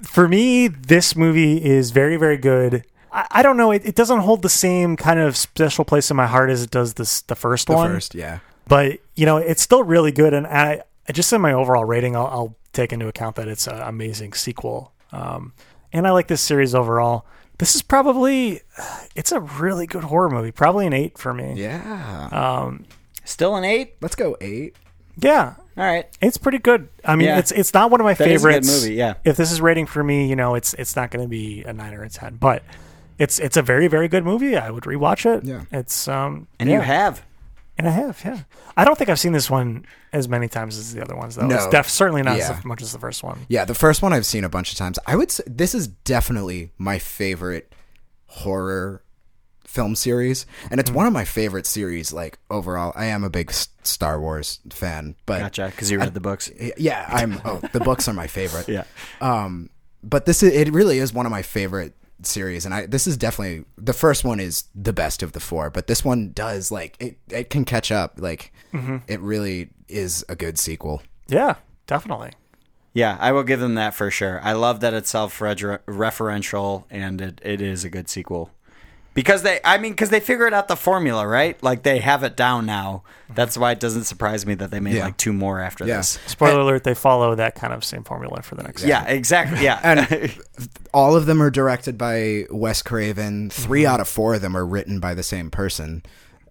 [SPEAKER 2] for me, this movie is very, very good. I, I don't know. It, it doesn't hold the same kind of special place in my heart as it does this the first
[SPEAKER 3] The
[SPEAKER 2] one.
[SPEAKER 3] first, yeah.
[SPEAKER 2] but you know, it's still really good. And I, I just in my overall rating, I'll, I'll take into account that it's an amazing sequel. Um, and I like this series overall. This is probably, it's a really good horror movie. Probably an eight for me.
[SPEAKER 3] Yeah.
[SPEAKER 2] Uh,
[SPEAKER 1] Still an eight?
[SPEAKER 3] Let's go eight.
[SPEAKER 2] yeah.
[SPEAKER 1] All right.
[SPEAKER 2] It's pretty good. I mean,
[SPEAKER 1] Yeah.
[SPEAKER 2] it's it's not one of my
[SPEAKER 1] That is a good
[SPEAKER 2] favorites.
[SPEAKER 1] movie, yeah.
[SPEAKER 2] If this is rating for me, you know, it's it's not going to be a nine or a ten, but it's it's a very very good movie. I would rewatch it.
[SPEAKER 3] Yeah.
[SPEAKER 2] It's um
[SPEAKER 1] And
[SPEAKER 2] yeah.
[SPEAKER 1] you have.
[SPEAKER 2] and I have yeah. I don't think I've seen this one as many times as the other ones though.
[SPEAKER 3] No.
[SPEAKER 2] It's def- certainly not
[SPEAKER 3] Yeah.
[SPEAKER 2] as much as the first one.
[SPEAKER 3] Yeah, the first one I've seen a bunch of times. I would say this is definitely my favorite horror film series, and
[SPEAKER 1] Mm-hmm.
[SPEAKER 3] it's one of my favorite series. Like overall, I am a big S- Star Wars fan, but
[SPEAKER 1] Gotcha, because you read the books.
[SPEAKER 3] yeah, I'm. Oh, the books are my favorite.
[SPEAKER 1] Yeah.
[SPEAKER 3] Um, but this is, it really is one of my favorite series, and I this is definitely the first one is the best of the four, but this one does like it. It can catch up. Like
[SPEAKER 1] Mm-hmm.
[SPEAKER 3] it really is a good sequel.
[SPEAKER 2] Yeah, definitely.
[SPEAKER 1] Yeah, I will give them that for sure. I love that it's self referential and it, it is a good sequel. Because they, I mean, because they figured out the formula, right? Like they have it down now. That's why it doesn't surprise me that they made
[SPEAKER 3] Yeah.
[SPEAKER 1] like two more after
[SPEAKER 3] Yeah.
[SPEAKER 1] this.
[SPEAKER 2] Spoiler alert: they follow that kind of same formula for the next.
[SPEAKER 1] Yeah, exactly. Yeah.
[SPEAKER 3] And- all of them are directed by Wes Craven. 3 out of four of them are written by the same person.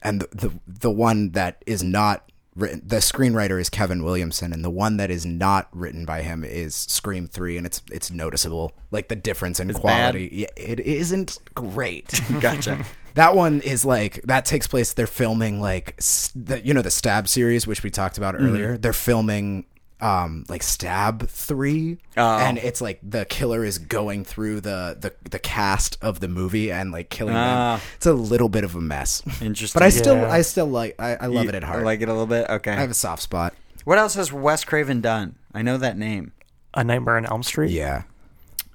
[SPEAKER 3] and the, the the one that is not written the screenwriter is Kevin Williamson and the one that is not written by him is Scream 3 and it's it's noticeable like the difference in quality yeah, it isn't great
[SPEAKER 1] Gotcha.
[SPEAKER 3] that one is like that takes place they're filming like s- the, you know the stab series which we talked about
[SPEAKER 1] Mm-hmm.
[SPEAKER 3] earlier they're filming um like stab 3
[SPEAKER 1] Oh.
[SPEAKER 3] and it's like the killer is going through the the, the cast of the movie and like killing them
[SPEAKER 1] Ah.
[SPEAKER 3] it's a little bit of a mess
[SPEAKER 1] Interesting.
[SPEAKER 3] but i still
[SPEAKER 2] Yeah.
[SPEAKER 3] i still like i, I love it at heart
[SPEAKER 1] I like it a little bit. Okay.
[SPEAKER 3] i have a soft spot
[SPEAKER 1] what else has Wes Craven done? I know that name.
[SPEAKER 2] A Nightmare on Elm Street.
[SPEAKER 3] yeah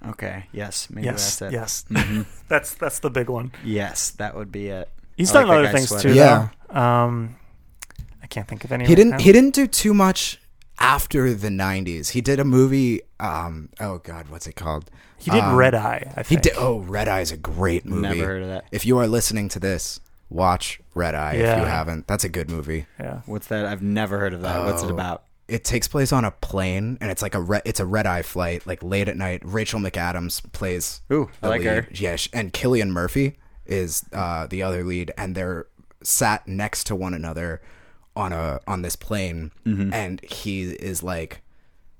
[SPEAKER 1] Okay. Yes. Maybe
[SPEAKER 2] Yes.
[SPEAKER 1] that's it.
[SPEAKER 2] Yes.
[SPEAKER 3] Mm-hmm.
[SPEAKER 2] that's that's the big one.
[SPEAKER 1] Yes, that would be it.
[SPEAKER 2] He's
[SPEAKER 1] I like
[SPEAKER 2] done
[SPEAKER 1] that
[SPEAKER 2] other
[SPEAKER 1] guy's
[SPEAKER 2] things
[SPEAKER 1] sweater.
[SPEAKER 2] too.
[SPEAKER 3] Yeah.
[SPEAKER 2] Though. Um, I can't think of any.
[SPEAKER 3] he
[SPEAKER 2] right
[SPEAKER 3] didn't
[SPEAKER 2] now.
[SPEAKER 3] he didn't do too much after the 90s he did a movie um oh god what's it called
[SPEAKER 2] He did Red Eye. I
[SPEAKER 3] Um, He
[SPEAKER 2] think.
[SPEAKER 3] did. Oh, Red Eye is a great movie.
[SPEAKER 1] Never heard of that.
[SPEAKER 3] If you are listening to this, watch Red Eye if
[SPEAKER 2] Yeah.
[SPEAKER 3] you haven't. That's a good movie.
[SPEAKER 2] Yeah.
[SPEAKER 1] What's that? I've never heard of that. What's
[SPEAKER 3] Oh.
[SPEAKER 1] it about?
[SPEAKER 3] It takes place on a plane, and it's like a re- it's a red eye flight, like late at night. Rachel McAdams plays.
[SPEAKER 1] Ooh, I
[SPEAKER 3] the
[SPEAKER 1] like
[SPEAKER 3] lead.
[SPEAKER 1] her.
[SPEAKER 3] Yeah, sh- and Killian Murphy is uh, the other lead, and they're sat next to one another on a on this plane,
[SPEAKER 1] Mm-hmm.
[SPEAKER 3] and he is like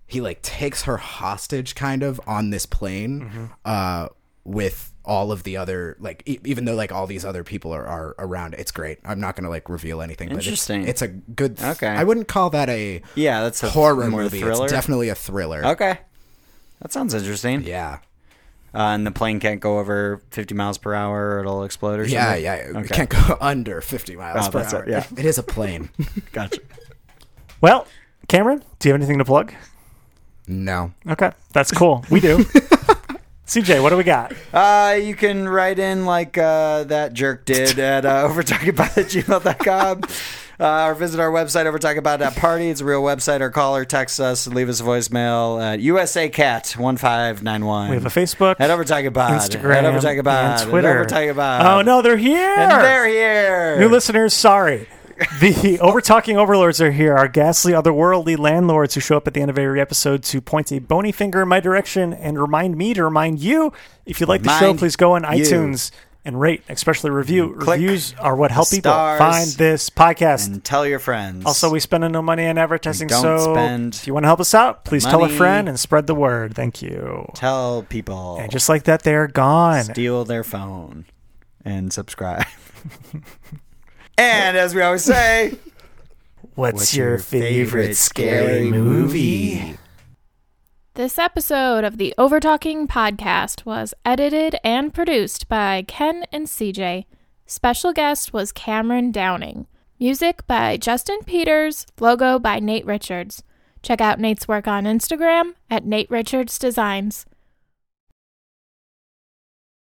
[SPEAKER 3] he like takes her hostage kind of on this plane
[SPEAKER 1] Mm-hmm.
[SPEAKER 3] uh with all of the other like e- even though like all these other people are, are around it's great i'm not gonna like reveal anything but it's-
[SPEAKER 1] Interesting.
[SPEAKER 3] it's, a good th-
[SPEAKER 1] Okay.
[SPEAKER 3] i wouldn't call that a
[SPEAKER 1] Yeah, that's a
[SPEAKER 3] horror
[SPEAKER 1] more
[SPEAKER 3] movie
[SPEAKER 1] thriller?
[SPEAKER 3] it's definitely a thriller
[SPEAKER 1] Okay. That sounds interesting.
[SPEAKER 3] yeah
[SPEAKER 1] Uh, and the plane can't go over 50 miles per hour or it'll explode or
[SPEAKER 3] yeah
[SPEAKER 1] something?
[SPEAKER 3] yeah it
[SPEAKER 1] Okay.
[SPEAKER 3] can't go under 50 miles
[SPEAKER 1] Oh,
[SPEAKER 3] per
[SPEAKER 1] that's
[SPEAKER 3] hour
[SPEAKER 1] it, yeah.
[SPEAKER 3] it is a plane
[SPEAKER 1] Gotcha.
[SPEAKER 2] Well, Cameron, do you have anything to plug?
[SPEAKER 3] no
[SPEAKER 2] Okay, that's cool. We do. CJ, what do we got?
[SPEAKER 1] Uh, you can write in like uh, that jerk did at uh, overtalkingabout at gmail.com. Uh, or visit our website, overtalkingabout.party. It's a real website. Or call or text us and leave us a voicemail at USACat1591.
[SPEAKER 2] We have a Facebook,
[SPEAKER 1] At overtalkingabout.
[SPEAKER 2] Instagram,
[SPEAKER 1] At overtalkingabout.
[SPEAKER 2] and Twitter.
[SPEAKER 1] At overtalkingabout.
[SPEAKER 2] Oh no, they're here.
[SPEAKER 1] And they're here.
[SPEAKER 2] New listeners, sorry. The over talking overlords are here, our ghastly otherworldly landlords who show up at the end of every episode to point a bony finger in my direction and remind me to remind you. If you like the show,
[SPEAKER 1] Remind
[SPEAKER 2] please go on
[SPEAKER 1] you.
[SPEAKER 2] iTunes and rate, especially review.
[SPEAKER 1] Click
[SPEAKER 2] Reviews are what help people
[SPEAKER 1] stars.
[SPEAKER 2] find this podcast.
[SPEAKER 1] And tell your friends.
[SPEAKER 2] also, we spend no money on advertising,
[SPEAKER 1] We don't
[SPEAKER 2] so
[SPEAKER 1] spend
[SPEAKER 2] if you want to help us out, please tell a
[SPEAKER 1] money.
[SPEAKER 2] friend and spread the word. Thank you.
[SPEAKER 1] tell people.
[SPEAKER 2] And just like that, they're gone.
[SPEAKER 1] steal their phone and subscribe. and as we always say,
[SPEAKER 2] What's, your, favorite scary movie?
[SPEAKER 9] This episode of the Overtalking Podcast was edited and produced by Ken and CJ. Special guest was Cameron Downing. Music by Justin Peters, logo by Nate Richards. Check out Nate's work on Instagram at Nate Richards Designs.